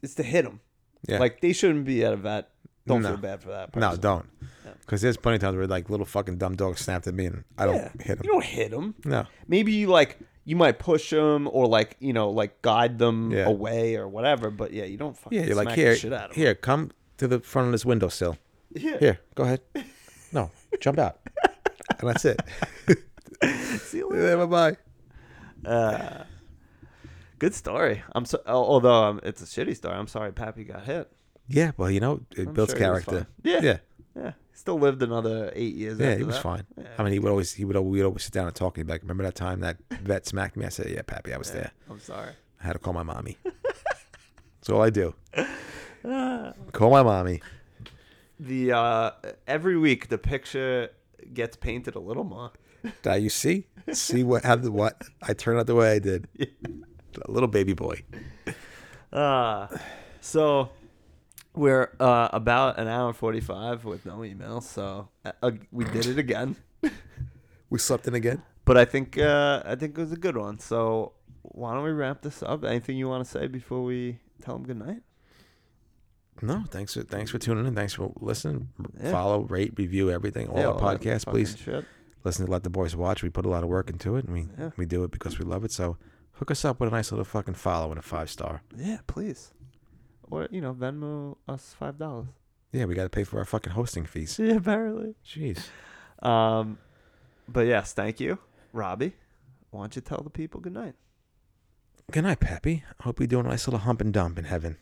is to hit them. Yeah. Like they shouldn't be at a vet. Don't No. feel bad for that. No, person. don't. Because there's plenty of times where like little fucking dumb dogs snapped at me and I don't Yeah. hit them. You don't hit them. No. maybe you like you might push them or like you know like guide them Yeah. away or whatever but yeah you don't fucking Yeah, you're like smack here, the shit out of here, come to the front of this windowsill. Yeah. (laughs) Here, go ahead. No, jump out. and that's (laughs) it. yeah, bye bye. good story i'm so al- although um, it's a shitty story i'm sorry pappy got hit Yeah, well, you know, it builds sure he was character. fine. Yeah. yeah, yeah still lived another eight years yeah. after He was that. fine. I mean, he would always, he would, al- we'd always sit down and talk. He'd be like, "Remember that time that vet smacked me?" I said, "Yeah, Pappy, I was there. i'm sorry I had to call my mommy." that's all I (laughs) do. call my mommy. the uh every week the picture gets painted a little more Now you see, see what how the what I turned out the way I (laughs) did. A little baby boy. uh so we're uh about an hour and 45 with no email so uh, uh, we did it again We slept in again. but I think uh, I think it was a good one. So why don't we wrap this up? Anything you want to say before we tell them good night? No, thanks for thanks for tuning in. Thanks for listening. R- Yeah. Follow, rate, review everything. All our podcasts, please listen to Let the Boys Watch. We put a lot of work into it, and we Yeah. we do it because we love it. So hook us up with a nice little fucking follow and a five star. Yeah, please. Or you know, Venmo us five dollars. Yeah, we got to pay for our fucking hosting fees. (laughs) Yeah, apparently. Jeez. Um, but yes, thank you, Robbie. Why don't you tell the people good (laughs) night? Good night, Pappy. I hope you're doing a nice little hump and dump in heaven.